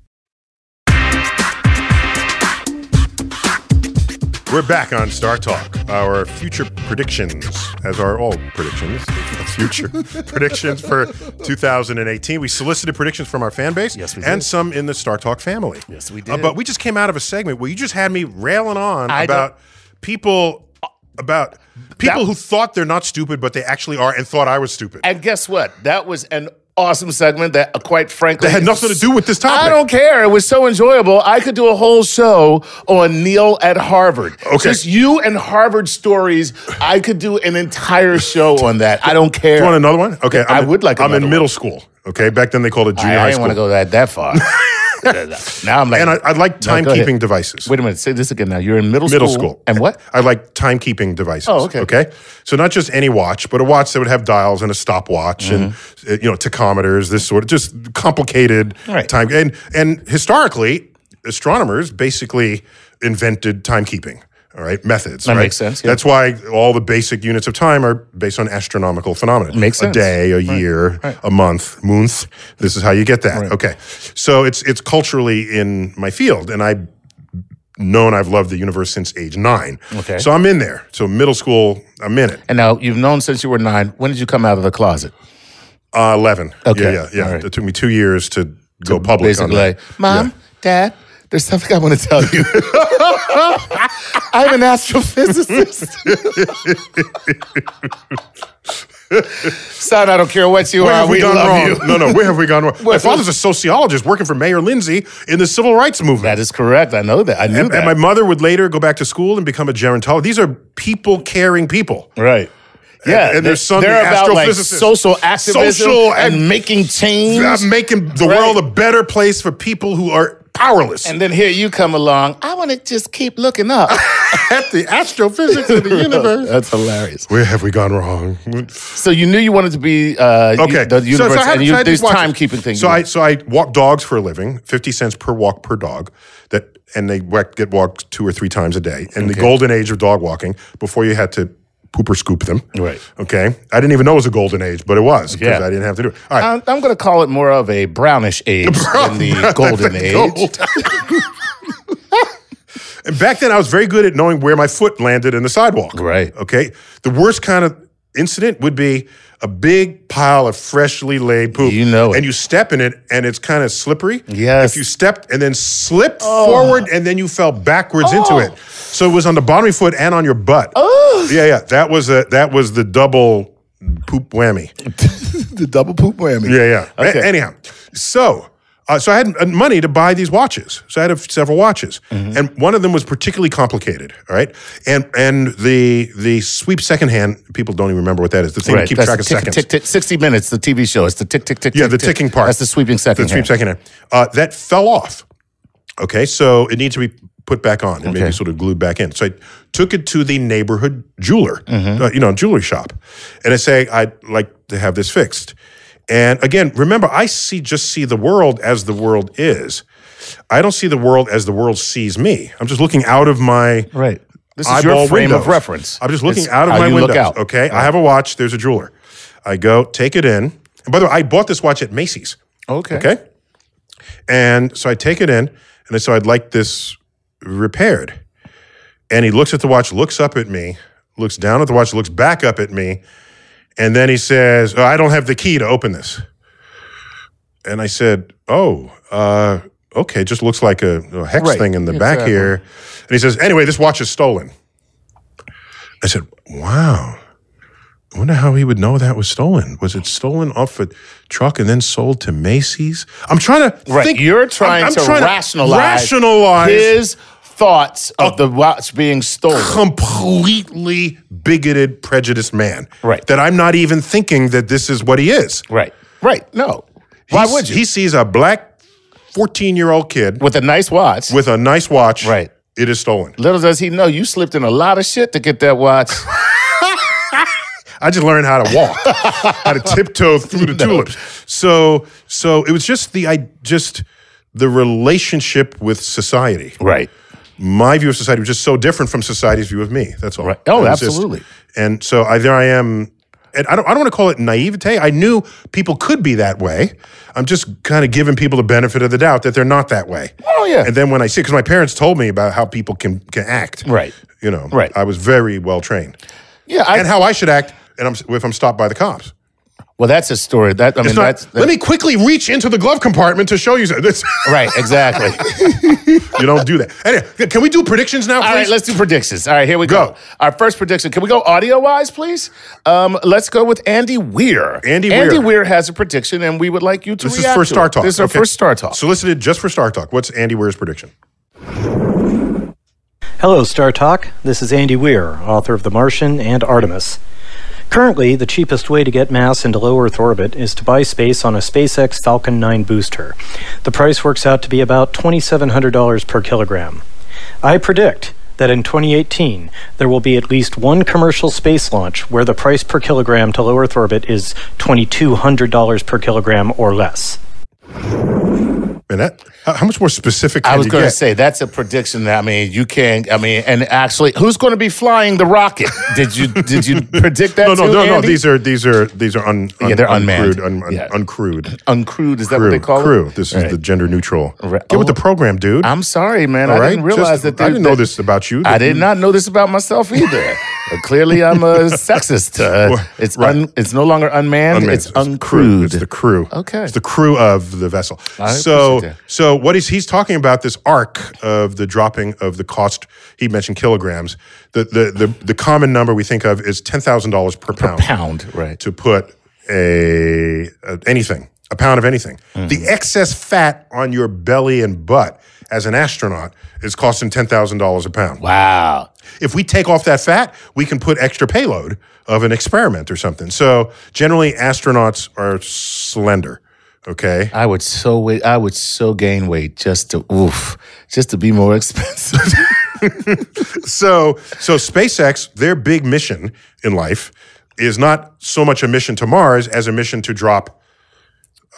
Speaker 2: We're back on Star Talk. Our future predictions, as are all predictions, future predictions for 2018. We solicited predictions from our fan base,
Speaker 1: Yes, we
Speaker 2: and
Speaker 1: did.
Speaker 2: some in the Star Talk family. Yes,
Speaker 1: we did.
Speaker 2: but we just came out of a segment where you just had me railing on
Speaker 1: I
Speaker 2: about people, uh, about people who thought they're not stupid, but they actually are, and thought I was stupid.
Speaker 1: And guess what? That was an awesome segment that, uh, quite frankly,
Speaker 2: That had nothing to do with this topic.
Speaker 1: I don't care. It was so enjoyable. I could do a whole show on Neil at Harvard.
Speaker 2: Okay.
Speaker 1: Just you and Harvard stories. I could do an entire show on that. I don't care.
Speaker 2: you want another one? Okay,
Speaker 1: I
Speaker 2: in-
Speaker 1: would like
Speaker 2: I'm in
Speaker 1: another
Speaker 2: middle school. Okay, back then they called it
Speaker 1: I,
Speaker 2: junior
Speaker 1: I
Speaker 2: high
Speaker 1: didn't
Speaker 2: school.
Speaker 1: want to go that that far. now I'm like,
Speaker 2: and I, I'd like
Speaker 1: No, go ahead.
Speaker 2: timekeeping devices.
Speaker 1: Wait a minute. Say this again. Now you're in middle
Speaker 2: middle
Speaker 1: school.
Speaker 2: school.
Speaker 1: And what?
Speaker 2: I like timekeeping devices.
Speaker 1: Oh, okay.
Speaker 2: Okay. So not just any watch, but a watch that would have dials and a stopwatch and uh, you know tachometers, this sort of just complicated
Speaker 1: Mm-hmm. Right.
Speaker 2: time. And and historically, astronomers basically invented timekeeping. All right, methods.
Speaker 1: That
Speaker 2: right?
Speaker 1: makes sense, yeah.
Speaker 2: That's why all the basic units of time are based on astronomical phenomena.
Speaker 1: Makes sense.
Speaker 2: A day, a year, a month, month. This is how you get that. Okay. So it's it's culturally in my field, and I known I've loved the universe since age nine.
Speaker 1: Okay.
Speaker 2: So I'm in there. So middle school, I'm in it.
Speaker 1: And now you've known since you were nine. When did you come out of the closet?
Speaker 2: Uh, 11.
Speaker 1: Okay.
Speaker 2: Yeah, yeah, yeah.
Speaker 1: All right.
Speaker 2: It took me two years to, go public
Speaker 1: Basically,
Speaker 2: on that.
Speaker 1: like, mom, dad, there's something I want to tell you. I'm an astrophysicist. Son, I don't care what you
Speaker 2: Where
Speaker 1: are.
Speaker 2: have we,
Speaker 1: We,
Speaker 2: gone
Speaker 1: love
Speaker 2: wrong?
Speaker 1: you.
Speaker 2: No, no. Where have we gone wrong? my
Speaker 1: What-
Speaker 2: father's a sociologist working for Mayor Lindsay in the civil rights movement.
Speaker 1: That is correct. I know that. I knew
Speaker 2: and,
Speaker 1: that.
Speaker 2: and my mother would later go back to school and become a gerontologist. These are people caring people.
Speaker 1: right. Yeah,
Speaker 2: and
Speaker 1: they-
Speaker 2: their son
Speaker 1: they're
Speaker 2: be
Speaker 1: about like
Speaker 2: astrophysicist.
Speaker 1: social activism
Speaker 2: Social
Speaker 1: and,
Speaker 2: and-
Speaker 1: making change.
Speaker 2: They're making the
Speaker 1: Right.
Speaker 2: world a better place for people who are powerless.
Speaker 1: and then here you come along. I want to just keep looking up.
Speaker 2: at the astrophysics of the universe.
Speaker 1: That's hilarious.
Speaker 2: Where have we gone wrong?
Speaker 1: So you knew you wanted to be uh, you-
Speaker 2: Okay.
Speaker 1: the universe,
Speaker 2: I had-
Speaker 1: and
Speaker 2: I
Speaker 1: you,
Speaker 2: had
Speaker 1: this
Speaker 2: these watches.
Speaker 1: timekeeping thing.
Speaker 2: So
Speaker 1: you
Speaker 2: I
Speaker 1: know.
Speaker 2: so I walk dogs for a living, fifty cents per walk per dog. That and they walk, get walked two or three times a day. And the golden age of dog walking before you had to poop or scoop them.
Speaker 1: Right.
Speaker 2: Okay. I didn't even know it was a golden age, but it was because
Speaker 1: Yeah.
Speaker 2: I didn't have to do it. All right.
Speaker 1: I'm, going to call it more of a brownish age than the golden age.
Speaker 2: Gold. and back then, I was very good at knowing where my foot landed in the sidewalk.
Speaker 1: Right.
Speaker 2: Okay. The worst kind of incident would be a big pile of freshly laid poop.
Speaker 1: You know it.
Speaker 2: And you step in it, and it's kind of slippery.
Speaker 1: Yes. Oh.
Speaker 2: If you stepped and then slipped forward, and then you fell backwards into it, so it was on the bottom of your foot and on your butt. Oh. Yeah, yeah. That was a that was the double poop whammy.
Speaker 1: the double poop whammy.
Speaker 2: Yeah, yeah. A-
Speaker 1: Okay.
Speaker 2: anyhow, so uh, so I had uh, money to buy these watches. So I had a f- several watches,
Speaker 1: Mm-hmm.
Speaker 2: and one of them was particularly complicated. All right, and and the the sweep secondhand people don't even remember what that is. The thing
Speaker 1: Right.
Speaker 2: to keep
Speaker 1: that's
Speaker 2: track of
Speaker 1: tick,
Speaker 2: seconds.
Speaker 1: Tick, tick, 60 Minutes, the TV show. It's the tick, tick, tick,
Speaker 2: yeah,
Speaker 1: tick,
Speaker 2: the
Speaker 1: tick.
Speaker 2: ticking part.
Speaker 1: That's the sweeping second.
Speaker 2: The sweep secondhand. Uh, that fell off. Okay, so it needs to be put back on and maybe sort of glued back in. So I took it to the neighborhood jeweler,
Speaker 1: Mm-hmm.
Speaker 2: uh, you know, jewelry shop, and I say I'd like to have this fixed. And again, remember, I see just see the world as the world is. I don't see the world as the world sees me. I'm just looking out of my
Speaker 1: Right. This is your
Speaker 2: eyeball
Speaker 1: frame
Speaker 2: windows.
Speaker 1: of reference.
Speaker 2: I'm just looking
Speaker 1: It's
Speaker 2: out of
Speaker 1: how
Speaker 2: my
Speaker 1: you
Speaker 2: windows.
Speaker 1: Look out.
Speaker 2: Okay, I have a watch. There's a jeweler. I go take it in. And by the way, I bought this watch at Macy's.
Speaker 1: Okay.
Speaker 2: Okay. And so I take it in and I so I'd like this repaired. And he looks at the watch, looks up at me, looks down at the watch, looks back up at me, and then he says, oh, I don't have the key to open this. And I said, Oh, uh, okay, just looks like a, a hex
Speaker 1: Right,
Speaker 2: thing in the back
Speaker 1: exactly.
Speaker 2: here. And he says, anyway, this watch is stolen. I said, wow. I wonder how he would know that was stolen. Was it stolen off a truck and then sold to Macy's? I'm trying to
Speaker 1: Right.
Speaker 2: think.
Speaker 1: You're trying
Speaker 2: I'm- I'm
Speaker 1: to
Speaker 2: trying
Speaker 1: rationalize,
Speaker 2: rationalize Oh.
Speaker 1: his thoughts of the watch being stolen.
Speaker 2: completely bigoted, prejudiced man.
Speaker 1: Right.
Speaker 2: That I'm not even thinking that this is what he is.
Speaker 1: Right. Right. No. Why
Speaker 2: He-
Speaker 1: would you?
Speaker 2: He sees a black 14 year old kid
Speaker 1: With a nice watch.
Speaker 2: with a nice watch.
Speaker 1: Right.
Speaker 2: It is stolen.
Speaker 1: little does he know you slipped in a lot of shit to get that watch.
Speaker 2: I just learned how to walk, how to tiptoe through the tulips. So, so it was just the I just the relationship with society.
Speaker 1: right.
Speaker 2: My view of society was just so different from society's view of me. That's all.
Speaker 1: Right. Oh,
Speaker 2: It was just-
Speaker 1: absolutely.
Speaker 2: and so I, there I am. And I don't, I don't want to call it naivete. I knew people could be that way. I'm just kind of giving people the benefit of the doubt that they're not that way.
Speaker 1: Oh, yeah.
Speaker 2: And then when I see, because my parents told me about how people can can act.
Speaker 1: Right.
Speaker 2: You know.
Speaker 1: Right.
Speaker 2: I was very well trained,
Speaker 1: Yeah. I,
Speaker 2: and how I should act, and I'm if I'm stopped by the cops.
Speaker 1: well, that's a story. That I mean,
Speaker 2: It's not-
Speaker 1: that's,
Speaker 2: let me quickly reach into the glove compartment to show you so- this.
Speaker 1: right. Exactly.
Speaker 2: you don't do that. Anyway, can we do predictions now? Please?
Speaker 1: All right, let's do predictions. All right, here we go.
Speaker 2: Go.
Speaker 1: Our first prediction. Can we go audio wise, please? Um, let's go with Andy Weir.
Speaker 2: Andy Weir.
Speaker 1: Andy Weir has a prediction, and we would like you to.
Speaker 2: This is
Speaker 1: react
Speaker 2: for
Speaker 1: to
Speaker 2: Star
Speaker 1: it.
Speaker 2: Talk.
Speaker 1: This is our
Speaker 2: Okay.
Speaker 1: first Star Talk.
Speaker 2: Solicited just for Star Talk. What's Andy Weir's prediction?
Speaker 3: Hello, Star Talk. This is Andy Weir, author of The Martian and Artemis. Currently, the cheapest way to get mass into low Earth orbit is to buy space on a SpaceX Falcon 9 booster. The price works out to be about $2,700 per kilogram. I predict that in 2018, there will be at least one commercial space launch where the price per kilogram to low Earth orbit is $2,200 per kilogram or less.
Speaker 2: Man, that, how, how much more specific? Can
Speaker 1: I was
Speaker 2: you
Speaker 1: going to
Speaker 2: get?
Speaker 1: say that's a prediction. That I mean, you can. I mean, and actually, who's going to be flying the rocket? Did you did you predict that?
Speaker 2: No, no,
Speaker 1: too,
Speaker 2: no, no.
Speaker 1: Andy?
Speaker 2: These are these are these are un, un
Speaker 1: Yeah, they're unmanned.
Speaker 2: uncrewed, un, un,
Speaker 1: Yeah.
Speaker 2: uncrewed.
Speaker 1: uncrewed. Is that
Speaker 2: Crew,
Speaker 1: what they call
Speaker 2: crew.
Speaker 1: it?
Speaker 2: This
Speaker 1: All
Speaker 2: is the
Speaker 1: right.
Speaker 2: gender neutral.
Speaker 1: Right.
Speaker 2: Get with
Speaker 1: Oh.
Speaker 2: the program, dude.
Speaker 1: I'm sorry, man.
Speaker 2: All
Speaker 1: I
Speaker 2: right?
Speaker 1: didn't realize
Speaker 2: Just-
Speaker 1: that.
Speaker 2: I
Speaker 1: they-
Speaker 2: didn't know
Speaker 1: that-
Speaker 2: this about you.
Speaker 1: I
Speaker 2: that
Speaker 1: did
Speaker 2: you-
Speaker 1: not know this about myself either. Uh, Clearly, I'm a sexist. Uh, it's
Speaker 2: right.
Speaker 1: un, it's no longer unmanned.
Speaker 2: Unmanned.
Speaker 1: It's,
Speaker 2: crew.
Speaker 1: uncrewed.
Speaker 2: It's the crew.
Speaker 1: Okay.
Speaker 2: It's the crew of the vessel.
Speaker 1: I
Speaker 2: so,
Speaker 1: appreciate that.
Speaker 2: so what is he's talking about? This arc of the dropping of the cost. He mentioned kilograms. The the the, the common number we think of is ten thousand dollars per pound
Speaker 1: pound, right?
Speaker 2: to put a, a anything, a pound of anything. The excess fat on your belly and butt as an astronaut is costing ten thousand dollars a pound.
Speaker 1: Wow.
Speaker 2: If we take off that fat, we can put extra payload of an experiment or something. So generally, astronauts are slender. Okay.
Speaker 1: I would so wait. I would so gain weight just to oof, just to be more expensive.
Speaker 2: So so SpaceX, their big mission in life is not so much a mission to Mars as a mission to drop.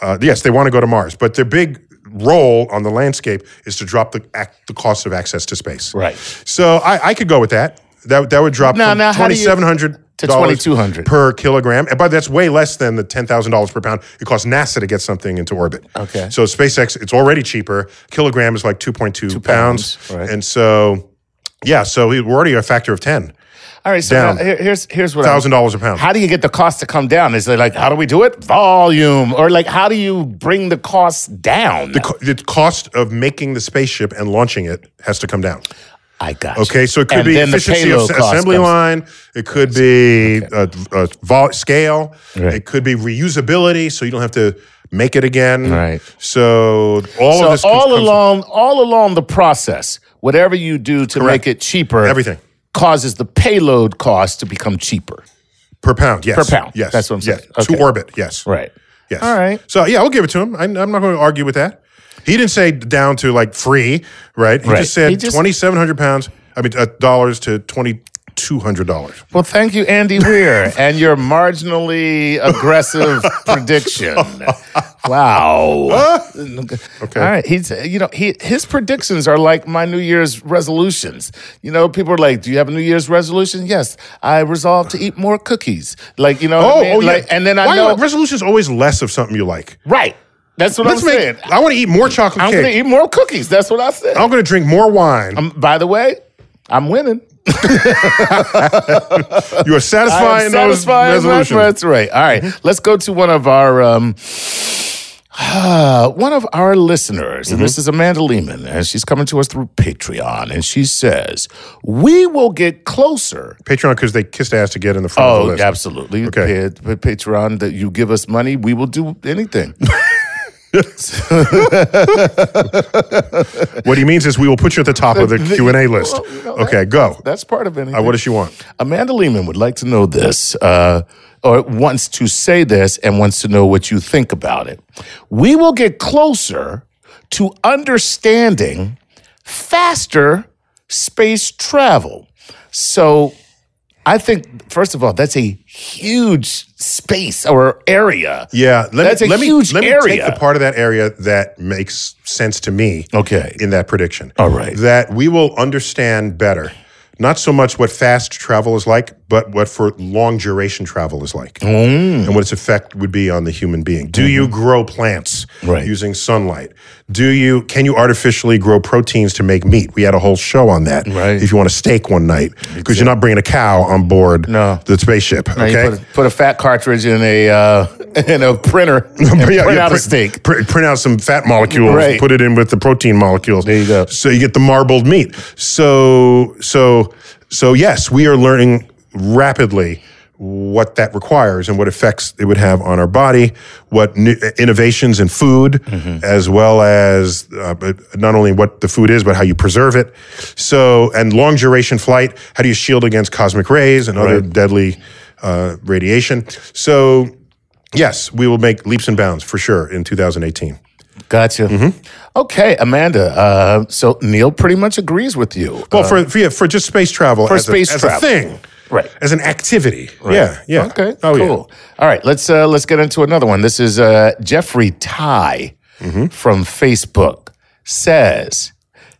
Speaker 2: Uh, yes, they want to go to Mars, but their big role on the landscape is to drop the ac- the cost of access to space.
Speaker 1: Right.
Speaker 2: So I, I could go with that. That that would drop
Speaker 1: Now-
Speaker 2: from
Speaker 1: now how do
Speaker 2: twenty
Speaker 1: you-
Speaker 2: seven hundred
Speaker 1: to 2200.
Speaker 2: per kilogram, and- but that's way less than the ten thousand dollars per pound it costs NASA to get something into orbit.
Speaker 1: Okay.
Speaker 2: So SpaceX, it's already cheaper. Kilogram is like two point two pounds,
Speaker 1: pounds, right.
Speaker 2: and so yeah, so we- we're already a factor of ten
Speaker 1: All right, so
Speaker 2: Down.
Speaker 1: now here- here's here's what I'm-
Speaker 2: thousand dollars a pound.
Speaker 1: How do you get the cost to come down? Is it like how do we do it? Volume, or like how do you bring the cost down?
Speaker 2: The, co- the cost of making the spaceship and launching it has to come down.
Speaker 1: I got.
Speaker 2: Okay,
Speaker 1: you.
Speaker 2: so it could
Speaker 1: And
Speaker 2: be
Speaker 1: then the
Speaker 2: efficiency of
Speaker 1: payload
Speaker 2: s-
Speaker 1: cost
Speaker 2: assembly
Speaker 1: comes-
Speaker 2: line. It could be uh uh vol- scale.
Speaker 1: Right.
Speaker 2: It could be reusability, so you don't have to make it again.
Speaker 1: Right.
Speaker 2: So all
Speaker 1: So
Speaker 2: of this comes-
Speaker 1: all
Speaker 2: comes from
Speaker 1: along, all along the process, whatever you do to
Speaker 2: Correct.
Speaker 1: make it cheaper,
Speaker 2: Everything.
Speaker 1: causes the payload cost to become cheaper.
Speaker 2: per pound. Yes,
Speaker 1: Per pound.
Speaker 2: Yes,
Speaker 1: That's what I'm
Speaker 2: yes.
Speaker 1: saying. Okay.
Speaker 2: To orbit. Yes.
Speaker 1: Right.
Speaker 2: Yes.
Speaker 1: All right.
Speaker 2: So yeah, I'll give it to him. I, I'm not going to argue with that. He didn't say down to like free, right? He
Speaker 1: Right.
Speaker 2: just said
Speaker 1: He just-
Speaker 2: 2,700 pounds. I mean uh, dollars to 2,200 dollars.
Speaker 1: Well, thank you, Andy Weir, and your marginally aggressive prediction. Wow. Okay. All right. He's you know he his predictions are like my New Year's resolutions. You know, people are like, "Do you have a New Year's resolution?" Yes, I resolved to eat more cookies. Like you know, what I mean? like, and then I
Speaker 2: Oh, Why
Speaker 1: know
Speaker 2: are resolutions always less of something you like.
Speaker 1: right. That's what
Speaker 2: Let's
Speaker 1: I'm
Speaker 2: make.
Speaker 1: saying.
Speaker 2: I want to eat more chocolate
Speaker 1: I'm
Speaker 2: cake.
Speaker 1: gonna eat more cookies. That's what I said.
Speaker 2: I'm going to drink more wine.
Speaker 1: Um, by the way, I'm winning.
Speaker 2: you are satisfying
Speaker 1: I am
Speaker 2: those
Speaker 1: satisfying my-
Speaker 2: resolutions.
Speaker 1: That's right. All right. Let's go to one of our um, Uh, one of our listeners, and
Speaker 2: Mm-hmm.
Speaker 1: this is Amanda Lehman, and she's coming to us through Patreon, and she says, We will get closer.
Speaker 2: Patreon because they kissed ass to get in the front of the
Speaker 1: Oh,
Speaker 2: list.
Speaker 1: absolutely.
Speaker 2: Okay.
Speaker 1: Pa- pa- Patreon, that you give us money, we will do anything.
Speaker 2: What he means is we will put you at the top of the Q and A list. Okay, go.
Speaker 1: That's part of anything.
Speaker 2: Uh, what does she want?
Speaker 1: Amanda Lehman would like to know this, uh, or wants to say this and wants to know what you think about it. We will get closer to understanding faster space travel. So I think, first of all, that's a huge space or area.
Speaker 2: Yeah, let
Speaker 1: That's
Speaker 2: me,
Speaker 1: a
Speaker 2: let
Speaker 1: huge
Speaker 2: me, let me
Speaker 1: area.
Speaker 2: take the part of that area that makes sense to me.
Speaker 1: Okay.
Speaker 2: in that prediction.
Speaker 1: All right.
Speaker 2: that we will understand better. Not so much what fast travel is like, but what for long duration travel is like,
Speaker 1: Mm.
Speaker 2: and what its effect would be on the human being. Do you grow plants
Speaker 1: Mm-hmm. Right.
Speaker 2: using sunlight? Do you can you artificially grow proteins to make meat? We had a whole show on that.
Speaker 1: Right.
Speaker 2: If you want a steak one night, because you're not bringing a cow on board
Speaker 1: No.
Speaker 2: the spaceship.
Speaker 1: Now you
Speaker 2: okay,
Speaker 1: put, a, put a fat cartridge in a uh, in a printer and
Speaker 2: Yeah,
Speaker 1: print
Speaker 2: yeah,
Speaker 1: out a
Speaker 2: print-
Speaker 1: steak.
Speaker 2: print- print out some fat molecules.
Speaker 1: Right.
Speaker 2: Put it in with the protein molecules. There
Speaker 1: you go.
Speaker 2: So you get the marbled meat. So so so yes, we are learning rapidly what that requires and what effects it would have on our body, what new uh, innovations in food,
Speaker 1: Mm-hmm.
Speaker 2: as well as uh, but not only what the food is, but how you preserve it. So and long duration flight. How do you shield against cosmic rays and other deadly uh, radiation? So Yes, we will make leaps and bounds for sure in 2018.
Speaker 1: Gotcha. Okay, Amanda. Uh, so Neil pretty much agrees with you.
Speaker 2: Well, for for, yeah, for just space travel
Speaker 1: Uh, For
Speaker 2: as,
Speaker 1: space
Speaker 2: a, as
Speaker 1: travel.
Speaker 2: a thing,
Speaker 1: Right.
Speaker 2: As an activity. Yeah, yeah.
Speaker 1: Okay.
Speaker 2: Oh, yeah.
Speaker 1: cool. All right. Let's uh, let's get into another one. This is uh, Jeffrey Ty
Speaker 2: Mm-hmm.
Speaker 1: from Facebook says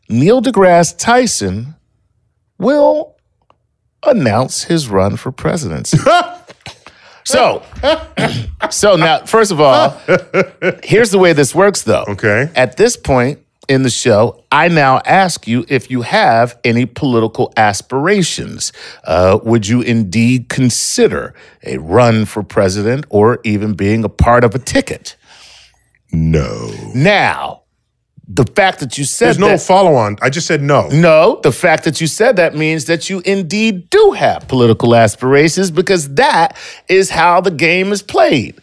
Speaker 1: Neil deGrasse Tyson will announce his run for presidency. so, so now, first of all, here's the way this works, though.
Speaker 2: Okay.
Speaker 1: At this point in the show, I now ask you if you have any political aspirations. Uh, would you indeed consider a run for president or even being a part of a ticket?
Speaker 2: No.
Speaker 1: Now, the fact that you said
Speaker 2: There's no
Speaker 1: that-
Speaker 2: follow on. I just said no.
Speaker 1: no, the fact that you said that means that you indeed do have political aspirations because that is how the game is played.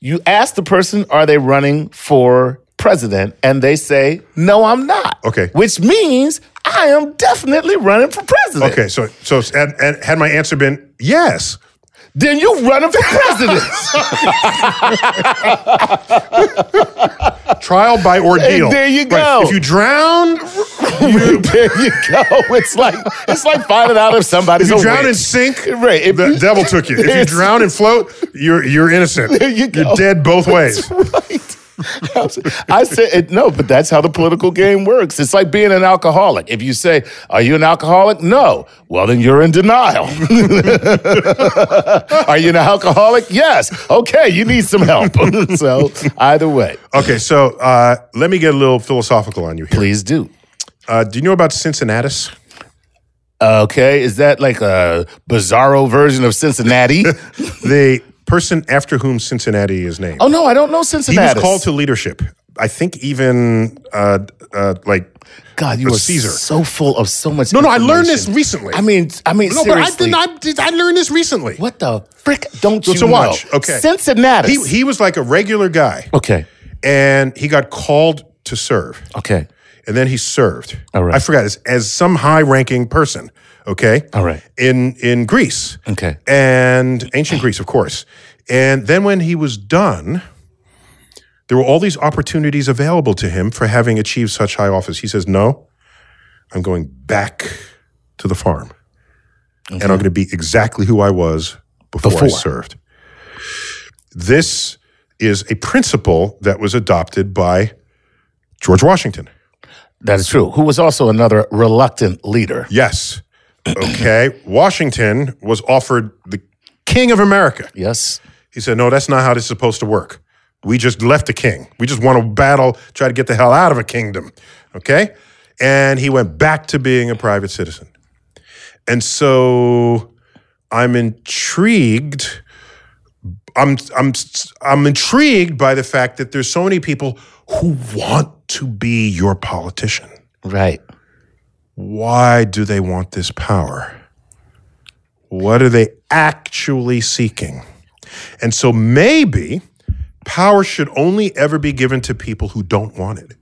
Speaker 1: You ask the person, are they running for president? And they say, no, I'm not.
Speaker 2: Okay.
Speaker 1: Which means I am definitely running for president.
Speaker 2: Okay, so so and, and had my answer been yes,
Speaker 1: Then you running for president.
Speaker 2: trial by ordeal.
Speaker 1: there you
Speaker 2: Right.
Speaker 1: go.
Speaker 2: If you drown,
Speaker 1: there you go. It's like it's like finding out if somebody's
Speaker 2: if you
Speaker 1: a
Speaker 2: drown
Speaker 1: witch.
Speaker 2: and sink,
Speaker 1: Right, if
Speaker 2: the
Speaker 1: you-
Speaker 2: devil took you. If you
Speaker 1: Yes.
Speaker 2: drown and float, you're you're innocent.
Speaker 1: There you go.
Speaker 2: You're dead both ways.
Speaker 1: right. I said it, no, but that's how the political game works. It's like being an alcoholic. If you say, "Are you an alcoholic?" No. Well, then you're in denial. Are you an alcoholic? Yes. Okay, you need some help. so either way,
Speaker 2: Okay, so uh, let me get a little philosophical on you here.
Speaker 1: please do.
Speaker 2: Uh, do you know about Cincinnatus?
Speaker 1: Okay, is that like a bizarro version of Cincinnati?
Speaker 2: the person after whom Cincinnati is named.
Speaker 1: oh no, I don't know
Speaker 2: he
Speaker 1: Cincinnati.
Speaker 2: was called to leadership. I think even uh, uh, like
Speaker 1: God. You
Speaker 2: a
Speaker 1: are
Speaker 2: Caesar.
Speaker 1: so full of so much.
Speaker 2: no, I learned this
Speaker 1: information.
Speaker 2: recently.
Speaker 1: I mean, I mean,
Speaker 2: no,
Speaker 1: seriously.
Speaker 2: but I did not. Did, I learned this recently.
Speaker 1: What the frick? Don't
Speaker 2: So,
Speaker 1: you
Speaker 2: so
Speaker 1: know?
Speaker 2: watch. Okay,
Speaker 1: Cincinnati.
Speaker 2: He he was like a regular guy,
Speaker 1: okay.
Speaker 2: and he got called to serve,
Speaker 1: Okay.
Speaker 2: and then he served.
Speaker 1: All right.
Speaker 2: I forgot as as some high ranking person. Okay,
Speaker 1: All right.
Speaker 2: in in Greece.
Speaker 1: Okay.
Speaker 2: and ancient Greece, of course. And then when he was done, there were all these opportunities available to him for having achieved such high office. He says, No, I'm going back to the farm. And I'm going to be exactly who I was before, I
Speaker 1: Before.
Speaker 2: served. This is a principle that was adopted by George Washington.
Speaker 1: That is true. Who was also another reluctant leader.
Speaker 2: Yes. Okay. Washington was offered the king of America.
Speaker 1: Yes.
Speaker 2: He said, No, that's not how this is supposed to work. We just left a king. We just want to battle, try to get the hell out of a kingdom. Okay? And he went back to being a private citizen. And so I'm intrigued I'm I'm I'm intrigued by the fact that there's so many people who want to be your politician.
Speaker 1: Right.
Speaker 2: Why do they want this power? What are they actually seeking? And so maybe power should only ever be given to people who don't want it.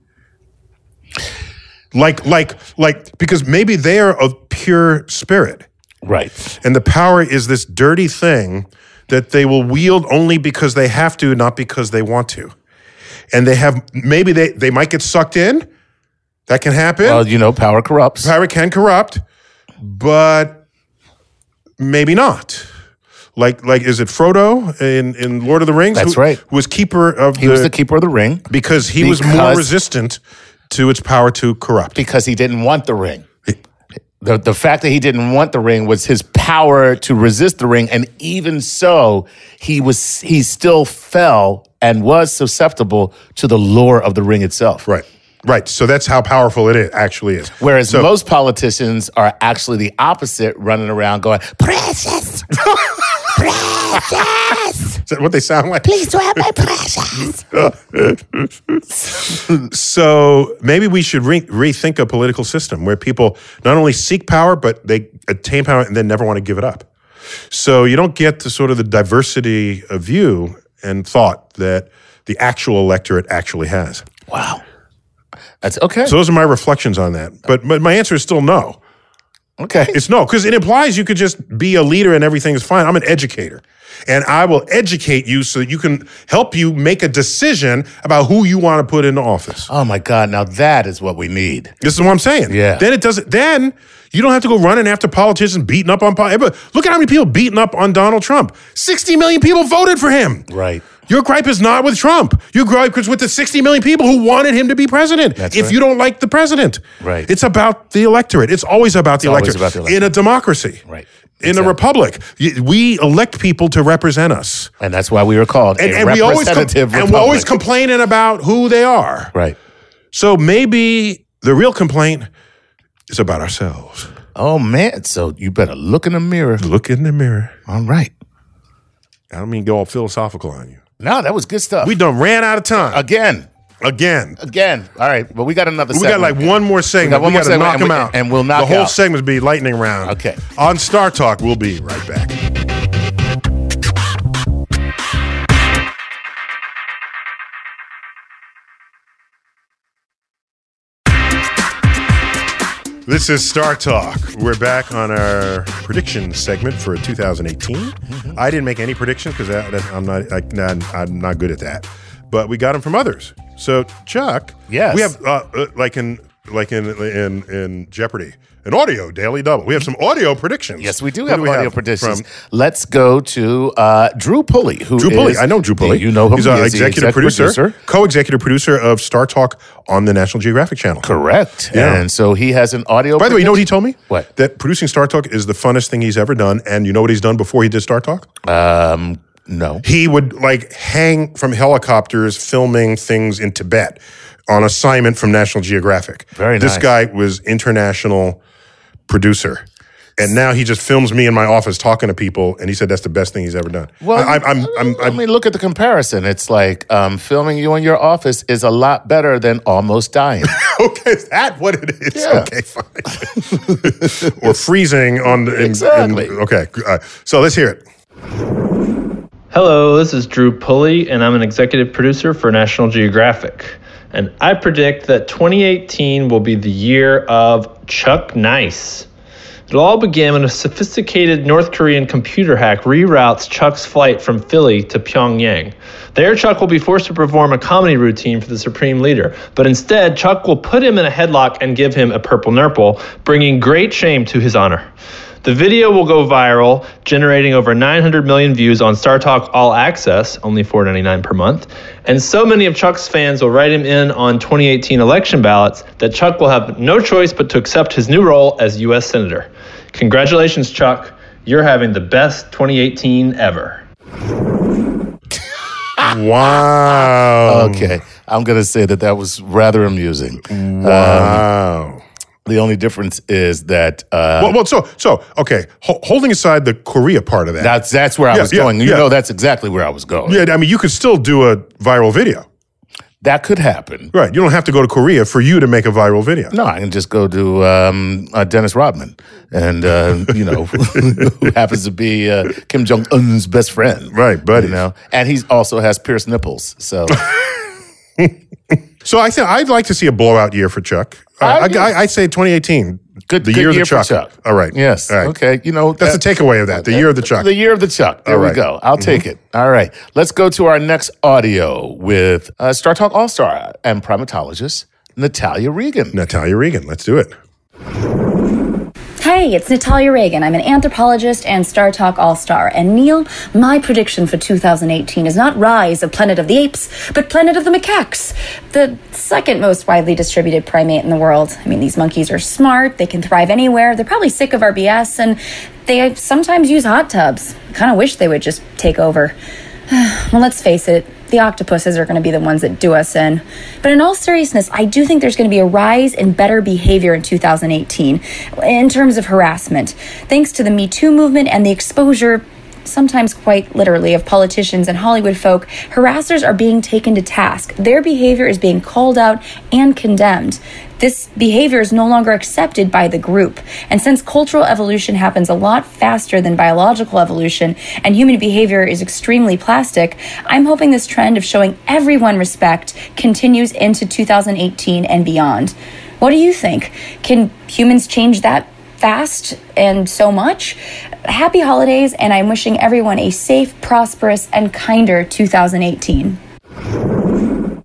Speaker 2: Like like like because maybe they are of pure spirit
Speaker 1: Right.
Speaker 2: and the power is this dirty thing that they will wield only because they have to, not because they want to. And they have maybe they they might get sucked in. That can happen.
Speaker 1: Well, you know, power corrupts.
Speaker 2: Power can corrupt, but maybe not. Like like is it Frodo in in Lord of the Rings?
Speaker 1: That's
Speaker 2: who-
Speaker 1: right.
Speaker 2: Who was keeper of
Speaker 1: he was the keeper of the ring
Speaker 2: because he was more
Speaker 1: because-
Speaker 2: resistant to its power to corrupt.
Speaker 1: because he didn't want the ring. The, the fact that he didn't want the ring was his power to resist the ring, and even so, he was he still fell and was susceptible to the lure of the ring itself.
Speaker 2: Right. Right. So that's how powerful it is, actually is.
Speaker 1: Whereas most politicians are actually the opposite, running around going, "Precious, precious,
Speaker 2: Is that what they sound like?
Speaker 1: please do have my precious."
Speaker 2: So maybe we should re- rethink a political system where people not only seek power, but they attain power and then never want to give it up. So you don't get the sort of the diversity of view and thought that the actual electorate actually has.
Speaker 1: Wow, that's okay.
Speaker 2: So those are my reflections on that. But, but my answer is still no.
Speaker 1: okay,
Speaker 2: It's no, because it implies you could just be a leader and everything is fine. I'm an educator. And I will educate you so that you can help you make a decision about who you want to put into office.
Speaker 1: Oh my God, now that is what we need.
Speaker 2: This is what I'm saying.
Speaker 1: Yeah.
Speaker 2: Then it doesn't. Then you don't have to go running after politicians beating up on. pol- But look at how many people beating up on Donald Trump. Sixty million people voted for him.
Speaker 1: Right.
Speaker 2: Your gripe is not with Trump. Your gripe is with the 60 million people who wanted him to be president. if
Speaker 1: right.
Speaker 2: you don't like the president,
Speaker 1: Right.
Speaker 2: It's about the electorate. It's always about the
Speaker 1: always
Speaker 2: electorate.
Speaker 1: about the electorate.
Speaker 2: In a democracy,
Speaker 1: Right.
Speaker 2: In a republic, y- we elect people to represent us,
Speaker 1: And that's why we were called
Speaker 2: and,
Speaker 1: a
Speaker 2: and we always com-
Speaker 1: representative
Speaker 2: and we're always
Speaker 1: republic.
Speaker 2: complaining about who they are.
Speaker 1: Right.
Speaker 2: So maybe the real complaint is about ourselves.
Speaker 1: Oh man, so you better look in the mirror.
Speaker 2: Look in the mirror.
Speaker 1: All right.
Speaker 2: I don't mean go all philosophical on you.
Speaker 1: No, that was good stuff.
Speaker 2: We done ran out of time
Speaker 1: again,
Speaker 2: again.
Speaker 1: again. All right, but we got another.
Speaker 2: We got like one more segment.
Speaker 1: got one
Speaker 2: We
Speaker 1: more
Speaker 2: got to
Speaker 1: segment
Speaker 2: knock
Speaker 1: and
Speaker 2: them
Speaker 1: we-
Speaker 2: out,
Speaker 1: and we'll knock
Speaker 2: the whole
Speaker 1: out.
Speaker 2: segment's be lightning round.
Speaker 1: Okay.
Speaker 2: On Star Talk, we'll be right back. This is Star Talk. We're back on our prediction segment for 2018.
Speaker 1: Mm-hmm.
Speaker 2: I didn't make any predictions because I'm not I, nah, I'm not good at that. But we got them from others. So Chuck,
Speaker 1: Yes.
Speaker 2: we have uh, uh, like in like in in in Jeopardy, an audio daily double. We have some audio predictions.
Speaker 1: Yes, we do
Speaker 2: Who
Speaker 1: have
Speaker 2: we
Speaker 1: audio predictions.
Speaker 2: from-
Speaker 1: Let's go to uh, Drew Pulley. Who
Speaker 2: Drew Pulley.
Speaker 1: is-
Speaker 2: I know Drew Pulley.
Speaker 1: You know him.
Speaker 2: He's
Speaker 1: He
Speaker 2: an
Speaker 1: is the
Speaker 2: executive,
Speaker 1: exec
Speaker 2: producer, co-executive producer of Star Talk on the National Geographic Channel.
Speaker 1: Correct.
Speaker 2: Yeah.
Speaker 1: And so he has an audio.
Speaker 2: By the way, you know what he told me?
Speaker 1: What?
Speaker 2: That producing Star Talk is the funnest thing he's ever done. And you know what he's done before he did Star Talk?
Speaker 1: Um, no.
Speaker 2: He would like hang from helicopters filming things in Tibet on assignment from National Geographic.
Speaker 1: Very
Speaker 2: This
Speaker 1: nice.
Speaker 2: guy was international producer. And now he just films me in my office talking to people, and he said that's the best thing he's ever done.
Speaker 1: Well,
Speaker 2: I, I'm, I'm,
Speaker 1: I
Speaker 2: I'm, I'm,
Speaker 1: mean, look at the comparison. It's like um, filming you in your office is a lot better than almost dying.
Speaker 2: okay. Is that what it is?
Speaker 1: Yeah.
Speaker 2: Okay, fine. or freezing on the in- in-
Speaker 1: Exactly.
Speaker 2: okay, uh, so let's hear it.
Speaker 4: Hello, this is Drew Pulley, and I'm an executive producer for National Geographic. And I predict that 2018 will be the year of Chuck Nice. It'll all begin when a sophisticated North Korean computer hack reroutes Chuck's flight from Philly to Pyongyang. There, Chuck will be forced to perform a comedy routine for the Supreme Leader, but instead, Chuck will put him in a headlock and give him a purple nurple, bringing great shame to his honor. The video will go viral, generating over 900 million views on StarTalk All Access, only $4.99 per month. And so many of Chuck's fans will write him in on 2018 election ballots that Chuck will have no choice but to accept his new role as U.S. Senator. Congratulations, Chuck. You're having the best 2018 ever.
Speaker 2: Wow.
Speaker 1: okay. I'm going to say that that was rather amusing.
Speaker 2: Wow.
Speaker 1: Um, The only difference is that uh,
Speaker 2: well, well, so so okay. Ho- holding aside the Korea part of that,
Speaker 1: that's that's where I
Speaker 2: Yeah,
Speaker 1: was
Speaker 2: yeah,
Speaker 1: going. You
Speaker 2: yeah.
Speaker 1: know, that's exactly where I was going.
Speaker 2: yeah, I mean, you could still do a viral video,
Speaker 1: That could happen.
Speaker 2: right? You don't have to go to Korea for you to make a viral video.
Speaker 1: No, I can just go to um, uh, Dennis Rodman, and uh, you know, who happens to be uh, Kim Jong Un's best friend,
Speaker 2: Right, buddies.
Speaker 1: You know, and he also has pierced nipples. So
Speaker 2: So I said I'd like to see a blowout year for Chuck. Uh, I, I,
Speaker 1: I-
Speaker 2: I, would say 2018.
Speaker 1: good.
Speaker 2: The
Speaker 1: good
Speaker 2: year of the
Speaker 1: for
Speaker 2: Chuck. All right.
Speaker 1: Yes.
Speaker 2: All right.
Speaker 1: Okay. You know,
Speaker 2: That's
Speaker 1: that-
Speaker 2: the takeaway of that. The year of the Chuck.
Speaker 1: The year of the Chuck. There
Speaker 2: All
Speaker 1: we
Speaker 2: right. Mm-hmm.
Speaker 1: go. I'll take it. All right. Let's go to our next audio with uh, Star Talk All Star and primatologist Natalia Regan.
Speaker 2: Natalia Regan. Let's do it.
Speaker 5: Hey, it's Natalia Reagan. I'm an anthropologist and Star Talk All Star. And Neil, my prediction for 2018 is not Rise of Planet of the Apes, but Planet of the Macaques, the second most widely distributed primate in the world. I mean, these monkeys are smart, they can thrive anywhere, they're probably sick of our BS, and they sometimes use hot tubs. Kind of wish they would just take over. Well, let's face it, the octopuses are going to be the ones that do us in. But in all seriousness, I do think there's going to be a rise in better behavior in 2018 in terms of harassment, thanks to the Me Too movement and the exposure. Sometimes quite literally, of politicians and Hollywood folk, harassers are being taken to task. Their behavior is being called out and condemned. This behavior is no longer accepted by the group. And since cultural evolution happens a lot faster than biological evolution and human behavior is extremely plastic, I'm hoping this trend of showing everyone respect continues into 2018 and beyond. What do you think? Can humans change that fast and so much? Happy holidays, and I'm wishing everyone a safe, prosperous, and kinder 2018.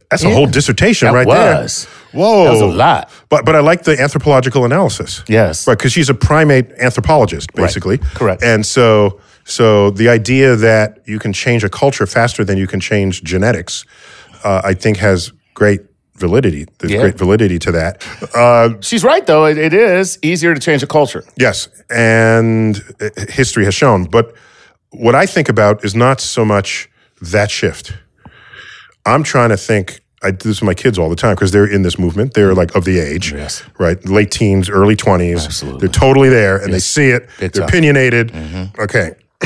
Speaker 2: That's a whole dissertation
Speaker 1: That
Speaker 2: right
Speaker 1: was.
Speaker 2: there. Whoa.
Speaker 1: That was a lot.
Speaker 2: But but I like the anthropological analysis.
Speaker 1: Yes.
Speaker 2: Right, because she's a primate anthropologist, basically.
Speaker 1: Correct.
Speaker 2: And so so the idea that you can change a culture faster than you can change genetics, uh, I think has great validity. There's
Speaker 1: Yeah.
Speaker 2: great validity to that. Uh,
Speaker 1: She's right, though. It, it is easier to change a culture.
Speaker 2: Yes, and uh, history has shown. But what I think about is not so much that shift. I'm trying to think. I do this with my kids all the time because they're in this movement. They're like of the age, yes. right? Late teens, early 20s. Absolutely. They're totally there and they see it. They're opinionated. Okay.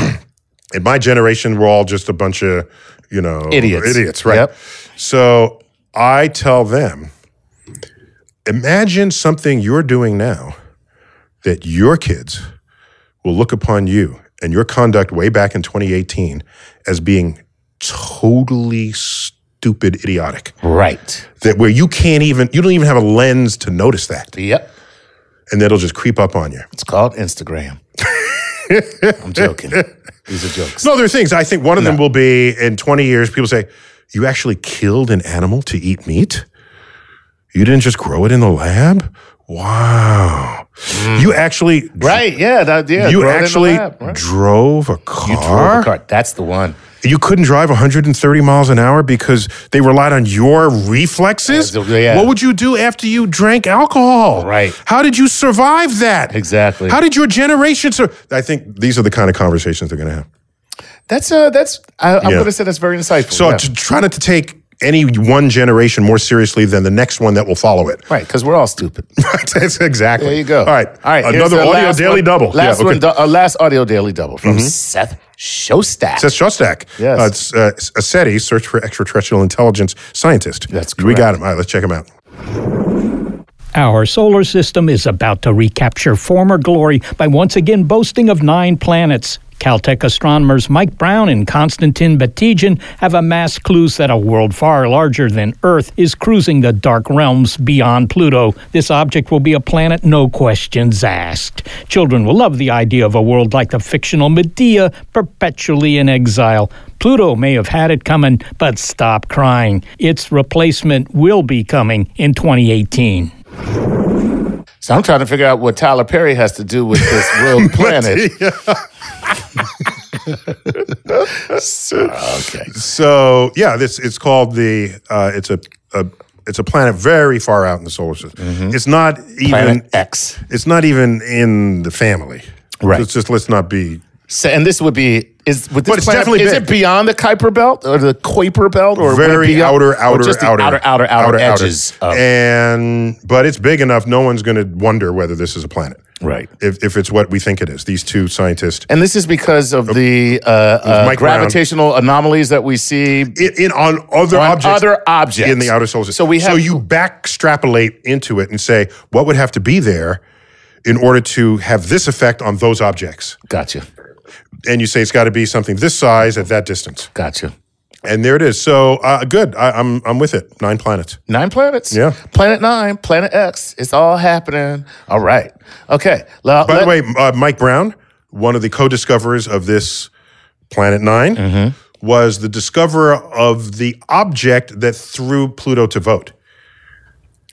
Speaker 2: in my generation, we're all just a bunch of, you know,
Speaker 1: Idiots.
Speaker 2: Idiots, right?
Speaker 1: Yep.
Speaker 2: So I tell them imagine something you're doing now that your kids will look upon you and your conduct way back in 2018 as being totally stupid idiotic
Speaker 1: Right.
Speaker 2: that where you can't even you don't even have a lens to notice that
Speaker 1: Yep.
Speaker 2: and that'll just creep up on you
Speaker 1: It's called Instagram. I'm joking. These are jokes.
Speaker 2: no there are things i think one of them will be in 20 years people say you actually killed an animal to eat meat you didn't just grow it in the lab wow you actually
Speaker 1: Mm. Right. Yeah. That, yeah.
Speaker 2: you
Speaker 1: throw it in the
Speaker 2: actually
Speaker 1: lab, right?
Speaker 2: drove a car
Speaker 1: You drove a car. That's the one.
Speaker 2: you couldn't drive 130 miles an hour because they relied on your reflexes?
Speaker 1: Yeah, so- yeah.
Speaker 2: What would you do after you drank alcohol?
Speaker 1: Right.
Speaker 2: How did you survive that?
Speaker 1: Exactly.
Speaker 2: How did your generation sur- I think these are the kind of conversations they're going to have.
Speaker 1: That's uh. That's I, I'm
Speaker 2: Yeah.
Speaker 1: going to say that's very insightful.
Speaker 2: So
Speaker 1: yeah.
Speaker 2: to try not to take any one generation more seriously than the next one that will follow it.
Speaker 1: right, because we're all stupid.
Speaker 2: That's exactly.
Speaker 1: There you go.
Speaker 2: All right.
Speaker 1: All right. here's
Speaker 2: Another
Speaker 1: the
Speaker 2: audio
Speaker 1: last
Speaker 2: daily
Speaker 1: one-
Speaker 2: double.
Speaker 1: Last
Speaker 2: Yeah,
Speaker 1: one.
Speaker 2: okay. Mm-hmm.
Speaker 1: du- uh, last audio daily double from Seth Shostak.
Speaker 2: Seth Shostak.
Speaker 1: Yes.
Speaker 2: Uh, it's, uh, it's a SETI, Search for Extraterrestrial Intelligence Scientist.
Speaker 1: That's
Speaker 2: We
Speaker 1: correct.
Speaker 2: got him. All right, let's check him out.
Speaker 6: Our solar system is about to recapture former glory by once again boasting of nine planets. Caltech astronomers Mike Brown and Konstantin Batygin have amassed clues that a world far larger than Earth is cruising the dark realms beyond Pluto. This object will be a planet, no questions asked. Children will love the idea of a world like the fictional Medea, perpetually in exile. Pluto may have had it coming, but stop crying. Its replacement will be coming in 2018.
Speaker 1: So I'm trying to figure out what Tyler Perry has to do with this world planet. So, okay.
Speaker 2: So yeah, this it's called the uh, it's a, a it's a planet very far out in the solar system. It's not even
Speaker 1: Mm-hmm. Planet X.
Speaker 2: It's not even in the family.
Speaker 1: Right.
Speaker 2: It's just let's not be
Speaker 1: So, and this would be is with this
Speaker 2: But it's
Speaker 1: planet,
Speaker 2: definitely
Speaker 1: is
Speaker 2: big.
Speaker 1: it beyond the Kuiper belt or the Kuiper belt or would it
Speaker 2: very
Speaker 1: be up-
Speaker 2: outer,
Speaker 1: or
Speaker 2: outer,
Speaker 1: just the
Speaker 2: outer,
Speaker 1: outer, outer, outer, edges of
Speaker 2: and but it's big enough. No one's going to wonder whether this is a planet,
Speaker 1: right.
Speaker 2: if, if it's what we think it is. These two scientists
Speaker 1: And this is because of the uh, uh,
Speaker 2: Oh, Mike Brown.
Speaker 1: gravitational anomalies that we see
Speaker 2: in, in on other
Speaker 1: on
Speaker 2: objects,
Speaker 1: other objects
Speaker 2: in the outer solar
Speaker 1: So
Speaker 2: system.
Speaker 1: we have
Speaker 2: so you backstrapolate into it and say what would have to be there in order to have this effect on those objects,
Speaker 1: gotcha,
Speaker 2: and you say it's got to be something this size at that distance,
Speaker 1: gotcha.
Speaker 2: and there it is. So uh, good, I, I'm I'm with it. Nine planets.
Speaker 1: Nine planets.
Speaker 2: Yeah.
Speaker 1: Planet nine, planet X. It's all happening. All right. Okay. Now,
Speaker 2: By
Speaker 1: let-
Speaker 2: the way, uh, Mike Brown, one of the co-discoverers of this Planet 9
Speaker 1: Mm-hmm.
Speaker 2: was the discoverer of the object that threw Pluto to vote.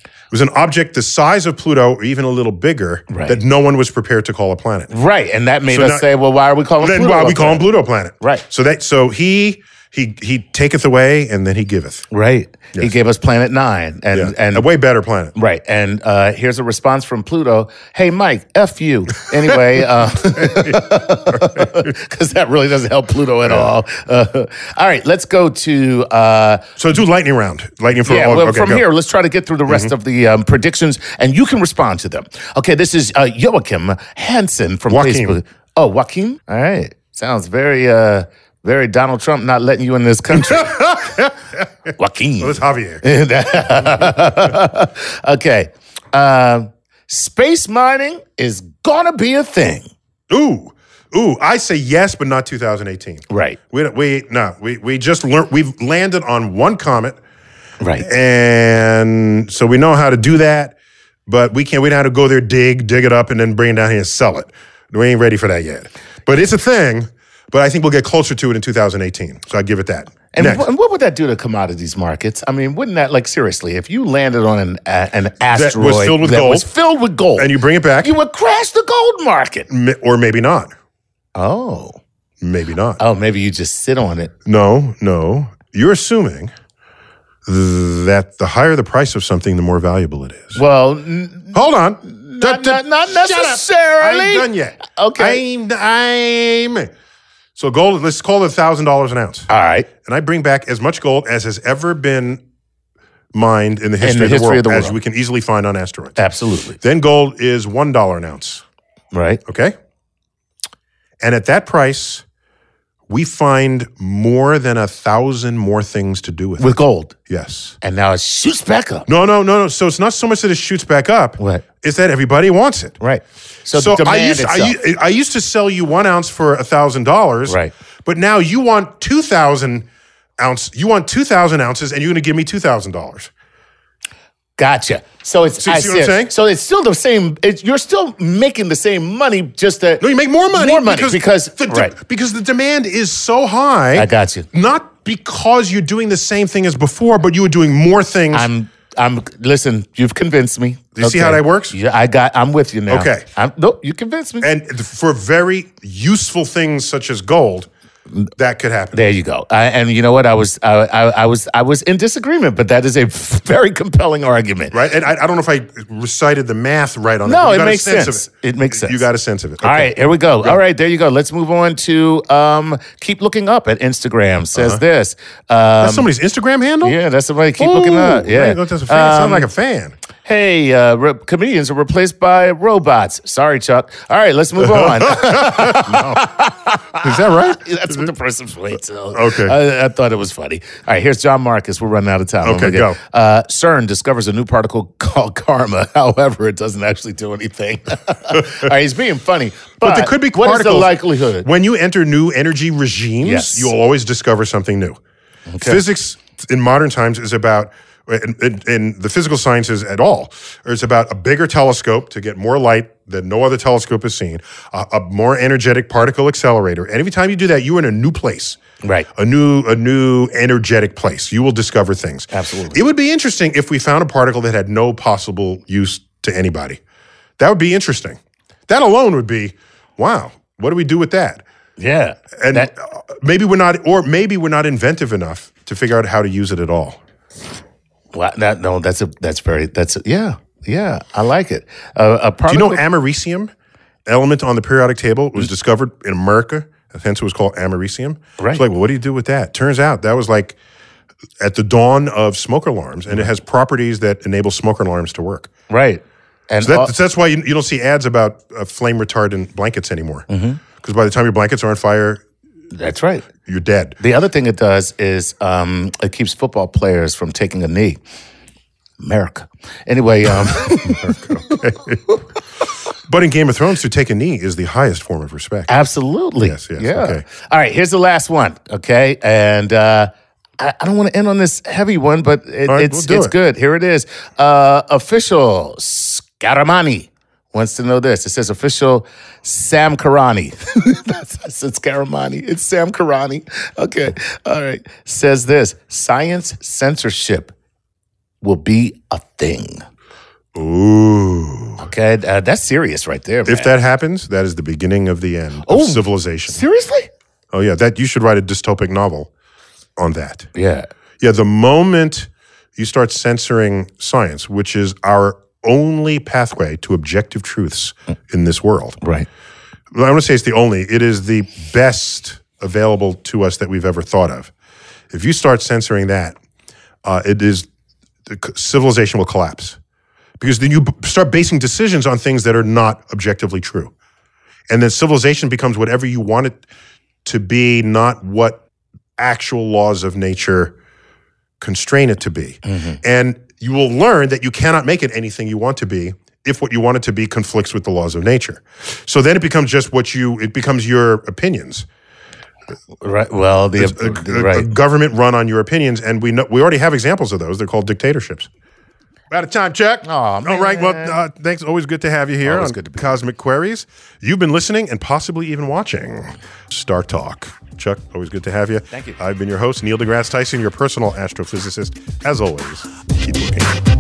Speaker 2: It was an object the size of Pluto, or even a little bigger,
Speaker 1: Right.
Speaker 2: that no one was prepared to call a planet.
Speaker 1: Right. And that made
Speaker 2: So
Speaker 1: us
Speaker 2: now-
Speaker 1: say, well, why are we calling
Speaker 2: Then
Speaker 1: Pluto
Speaker 2: why
Speaker 1: a
Speaker 2: we call him
Speaker 1: planet?
Speaker 2: Pluto planet?
Speaker 1: Right.
Speaker 2: So that so he he he taketh away and then he giveth.
Speaker 1: Right. He gave us planet nine. And,
Speaker 2: Yeah.
Speaker 1: and
Speaker 2: a way better planet.
Speaker 1: Right. And uh, here's a response from Pluto Hey, Mike, F you. Anyway, because that really doesn't help Pluto at all. Uh, all right, let's go to. Uh,
Speaker 2: So do lightning round. Lightning for
Speaker 1: yeah,
Speaker 2: all.
Speaker 1: well,
Speaker 2: Oh, okay,
Speaker 1: from
Speaker 2: go. Mm-hmm.
Speaker 1: here, let's try to get through the rest of the um, predictions and you can respond to them. Okay, this is uh, Joachim Hansen from
Speaker 2: Joachim.
Speaker 1: Facebook. Oh, Joachim? All right. Sounds very. Uh, very Donald Trump not letting you in this country. Joaquin.
Speaker 2: Well, it's Javier.
Speaker 1: okay. Um, space mining is gonna be a thing.
Speaker 2: Ooh, ooh, I say yes, but not 2018.
Speaker 1: Right.
Speaker 2: We don't- we no, we we just learned we've landed on one comet,
Speaker 1: Right.
Speaker 2: and so we know how to do that, but we can't. We know how to go there, dig, dig it up, and then bring it down here and sell it. We ain't ready for that yet, but it's a thing. But I think we'll get closer to it in 2018. So I give it that.
Speaker 1: And,
Speaker 2: Next.
Speaker 1: wh- and what would that do to commodities markets? I mean, wouldn't that like seriously, if you landed on an a an asteroid
Speaker 2: filled with
Speaker 1: that
Speaker 2: gold.
Speaker 1: was filled with gold,
Speaker 2: And you Mm. bring it back.
Speaker 1: you would crash the gold market?
Speaker 2: M- or maybe not.
Speaker 1: Oh,
Speaker 2: Maybe not.
Speaker 1: oh, maybe you just sit on it.
Speaker 2: No, no. You're assuming that the higher the price of something, the more valuable it is.
Speaker 1: Well, n-
Speaker 2: Hold on.
Speaker 1: Not-
Speaker 2: Da- da-
Speaker 1: not- not
Speaker 2: shut up.
Speaker 1: necessarily.
Speaker 2: I ain't done yet.
Speaker 1: Okay.
Speaker 2: I'm. I'm. So gold. Let's call it thousand dollars an ounce,
Speaker 1: all right,
Speaker 2: and I bring back as much gold as has ever been mined in the history,
Speaker 1: the
Speaker 2: of, the
Speaker 1: history
Speaker 2: world,
Speaker 1: of the
Speaker 2: as
Speaker 1: world.
Speaker 2: we can easily find on asteroids.
Speaker 1: absolutely,
Speaker 2: Then gold is one dollar an ounce.
Speaker 1: right,
Speaker 2: Okay. And at that price, we find more than a thousand more things to do with,
Speaker 1: with
Speaker 2: it.
Speaker 1: gold,
Speaker 2: Yes.
Speaker 1: and now it shoots back up.
Speaker 2: No, no, no, no. So it's not so much that it shoots back up.
Speaker 1: What?
Speaker 2: It's that everybody wants it.
Speaker 1: Right. So,
Speaker 2: So,
Speaker 1: the demand
Speaker 2: I, used,
Speaker 1: itself.
Speaker 2: I, u- I used to sell you one ounce for a thousand dollars.
Speaker 1: Right.
Speaker 2: But now you want two thousand ounce. You want two thousand ounces, and you're going to give me two thousand dollars.
Speaker 1: Gotcha. So it's
Speaker 2: See-
Speaker 1: I
Speaker 2: see what I'm
Speaker 1: see.
Speaker 2: saying?
Speaker 1: So it's still the same. It's, you're still making the same money, just that
Speaker 2: No, you make more money.
Speaker 1: More money because,
Speaker 2: the de-
Speaker 1: right.
Speaker 2: because the demand is so high.
Speaker 1: I got you.
Speaker 2: Not because you're doing the same thing as before, but you were doing more things.
Speaker 1: I'm. I'm. Listen, you've convinced me.
Speaker 2: Do you see how that works?
Speaker 1: Yeah, I got. I'm with you now.
Speaker 2: Okay.
Speaker 1: I'm, no, you convinced me.
Speaker 2: and for very useful things such as gold, that could happen.
Speaker 1: there you go. I, and you know what? I was. I, I, I was. I was in disagreement, but that is a very compelling argument.
Speaker 2: Right, and I, I don't know if I recited the math right on
Speaker 1: No,
Speaker 2: it. but you
Speaker 1: it
Speaker 2: got a
Speaker 1: makes
Speaker 2: sense
Speaker 1: sense.
Speaker 2: Of it.
Speaker 1: It makes sense.
Speaker 2: You got a sense of it.
Speaker 1: All
Speaker 2: Okay.
Speaker 1: right, here we go. All right, there you go. Let's move on to um, keep looking up at Instagram. Says
Speaker 2: Uh-huh.
Speaker 1: this. Um,
Speaker 2: that's somebody's Instagram handle.
Speaker 1: yeah, that's somebody keep
Speaker 2: Ooh,
Speaker 1: looking up. Yeah,
Speaker 2: right, that's a fan.
Speaker 1: Um,
Speaker 2: Sound like a fan.
Speaker 1: Hey, uh, re- comedians are replaced by robots. Sorry, Chuck. All right, let's move on.
Speaker 2: Is that right?
Speaker 1: That's what the person played. So.
Speaker 2: Okay.
Speaker 1: I, I thought it was funny. All right, here's John Marcus. We're running out of time.
Speaker 2: Okay,
Speaker 1: I'm gonna get-
Speaker 2: go.
Speaker 1: Uh, CERN discovers a new particle called karma. However, it doesn't actually do anything. All right, he's being funny. But,
Speaker 2: But there could be
Speaker 1: what is
Speaker 2: particles.
Speaker 1: the likelihood?
Speaker 2: When you enter new energy regimes,
Speaker 1: Yes.
Speaker 2: you'll always discover something new. Physics in modern times is about, in, in, in the physical sciences at all, it's about a bigger telescope to get more light than no other telescope has seen, a, a more energetic particle accelerator. And every time you do that, you're in a new place.
Speaker 1: Right.
Speaker 2: A new, a new energetic place. You will discover things.
Speaker 1: Absolutely.
Speaker 2: It would be interesting if we found a particle that had no possible use to anybody. That would be interesting. That alone would be, wow, what do we do with that?
Speaker 1: Yeah.
Speaker 2: And
Speaker 1: That-
Speaker 2: uh, maybe we're not, or maybe we're not inventive enough to figure out how to use it at all.
Speaker 1: Wow, that, no, that's a that's very that's a, yeah yeah I like it. Uh, a
Speaker 2: Do you
Speaker 1: particle.
Speaker 2: know americium, element on the periodic table, was discovered in America Hence, it was called americium.
Speaker 1: Right.
Speaker 2: It's like, well, what do you do with that? Turns out that was like at the dawn of smoke alarms, and it has properties that enable smoke alarms to work.
Speaker 1: Right. And
Speaker 2: So that,
Speaker 1: all-
Speaker 2: so that's why you, you don't see ads about uh, flame retardant blankets anymore. Because
Speaker 1: Mm-hmm.
Speaker 2: by the time your blankets are on fire,
Speaker 1: that's right.
Speaker 2: you're dead.
Speaker 1: The other thing it does is um, it keeps football players from taking a knee. America. Anyway, um,
Speaker 2: But in Game of Thrones, to take a knee is the highest form of respect.
Speaker 1: absolutely.
Speaker 2: Yes, yes,
Speaker 1: Yeah.
Speaker 2: okay.
Speaker 1: All right. Here's the last one. Okay. And uh, I, I don't want to end on this heavy one, but it,
Speaker 2: All right,
Speaker 1: it's
Speaker 2: we'll do
Speaker 1: it's
Speaker 2: it.
Speaker 1: good. Here it is. Uh, official Scaramani wants to know this. It says official Sam Karani. That's I said Scaramani. It's Sam Karani. Okay. All right. Says this science censorship will be a thing.
Speaker 2: Ooh.
Speaker 1: Okay, uh, that's serious right there.
Speaker 2: If
Speaker 1: man.
Speaker 2: that happens, that is the beginning of the end
Speaker 1: Oh.
Speaker 2: of civilization.
Speaker 1: seriously,
Speaker 2: Oh yeah, that you should write a dystopic novel on that.
Speaker 1: yeah,
Speaker 2: Yeah, the moment you start censoring science, which is our only pathway to objective truths in this world.
Speaker 1: right,
Speaker 2: Well, I want to say it's the only. It is the best available to us that we've ever thought of. If you start censoring that, uh, it is the c- civilization will collapse because then you b- start basing decisions on things that are not objectively true, and then civilization becomes whatever you want it to be, not what actual laws of nature constrain it to be. And you will learn that you cannot make it anything you want to be if what you want it to be conflicts with the laws of nature. So then it becomes just what you, it becomes your opinions.
Speaker 1: right. Well, the,
Speaker 2: A,
Speaker 1: the-
Speaker 2: a- a
Speaker 1: right,
Speaker 2: government run on your opinions. And we know, we already have examples of those. They're called dictatorships. We're Out of time, Chuck.
Speaker 1: Aw,
Speaker 2: All right. Well,
Speaker 1: man.
Speaker 2: uh, thanks. Always good to have you here
Speaker 1: Always
Speaker 2: on
Speaker 1: good to be
Speaker 2: Cosmic Queries. You've been listening and possibly even watching Star Talk. Chuck, always good to have you. Thank
Speaker 1: you.
Speaker 2: I've been your host, Neil deGrasse Tyson, your personal astrophysicist. As always, keep looking.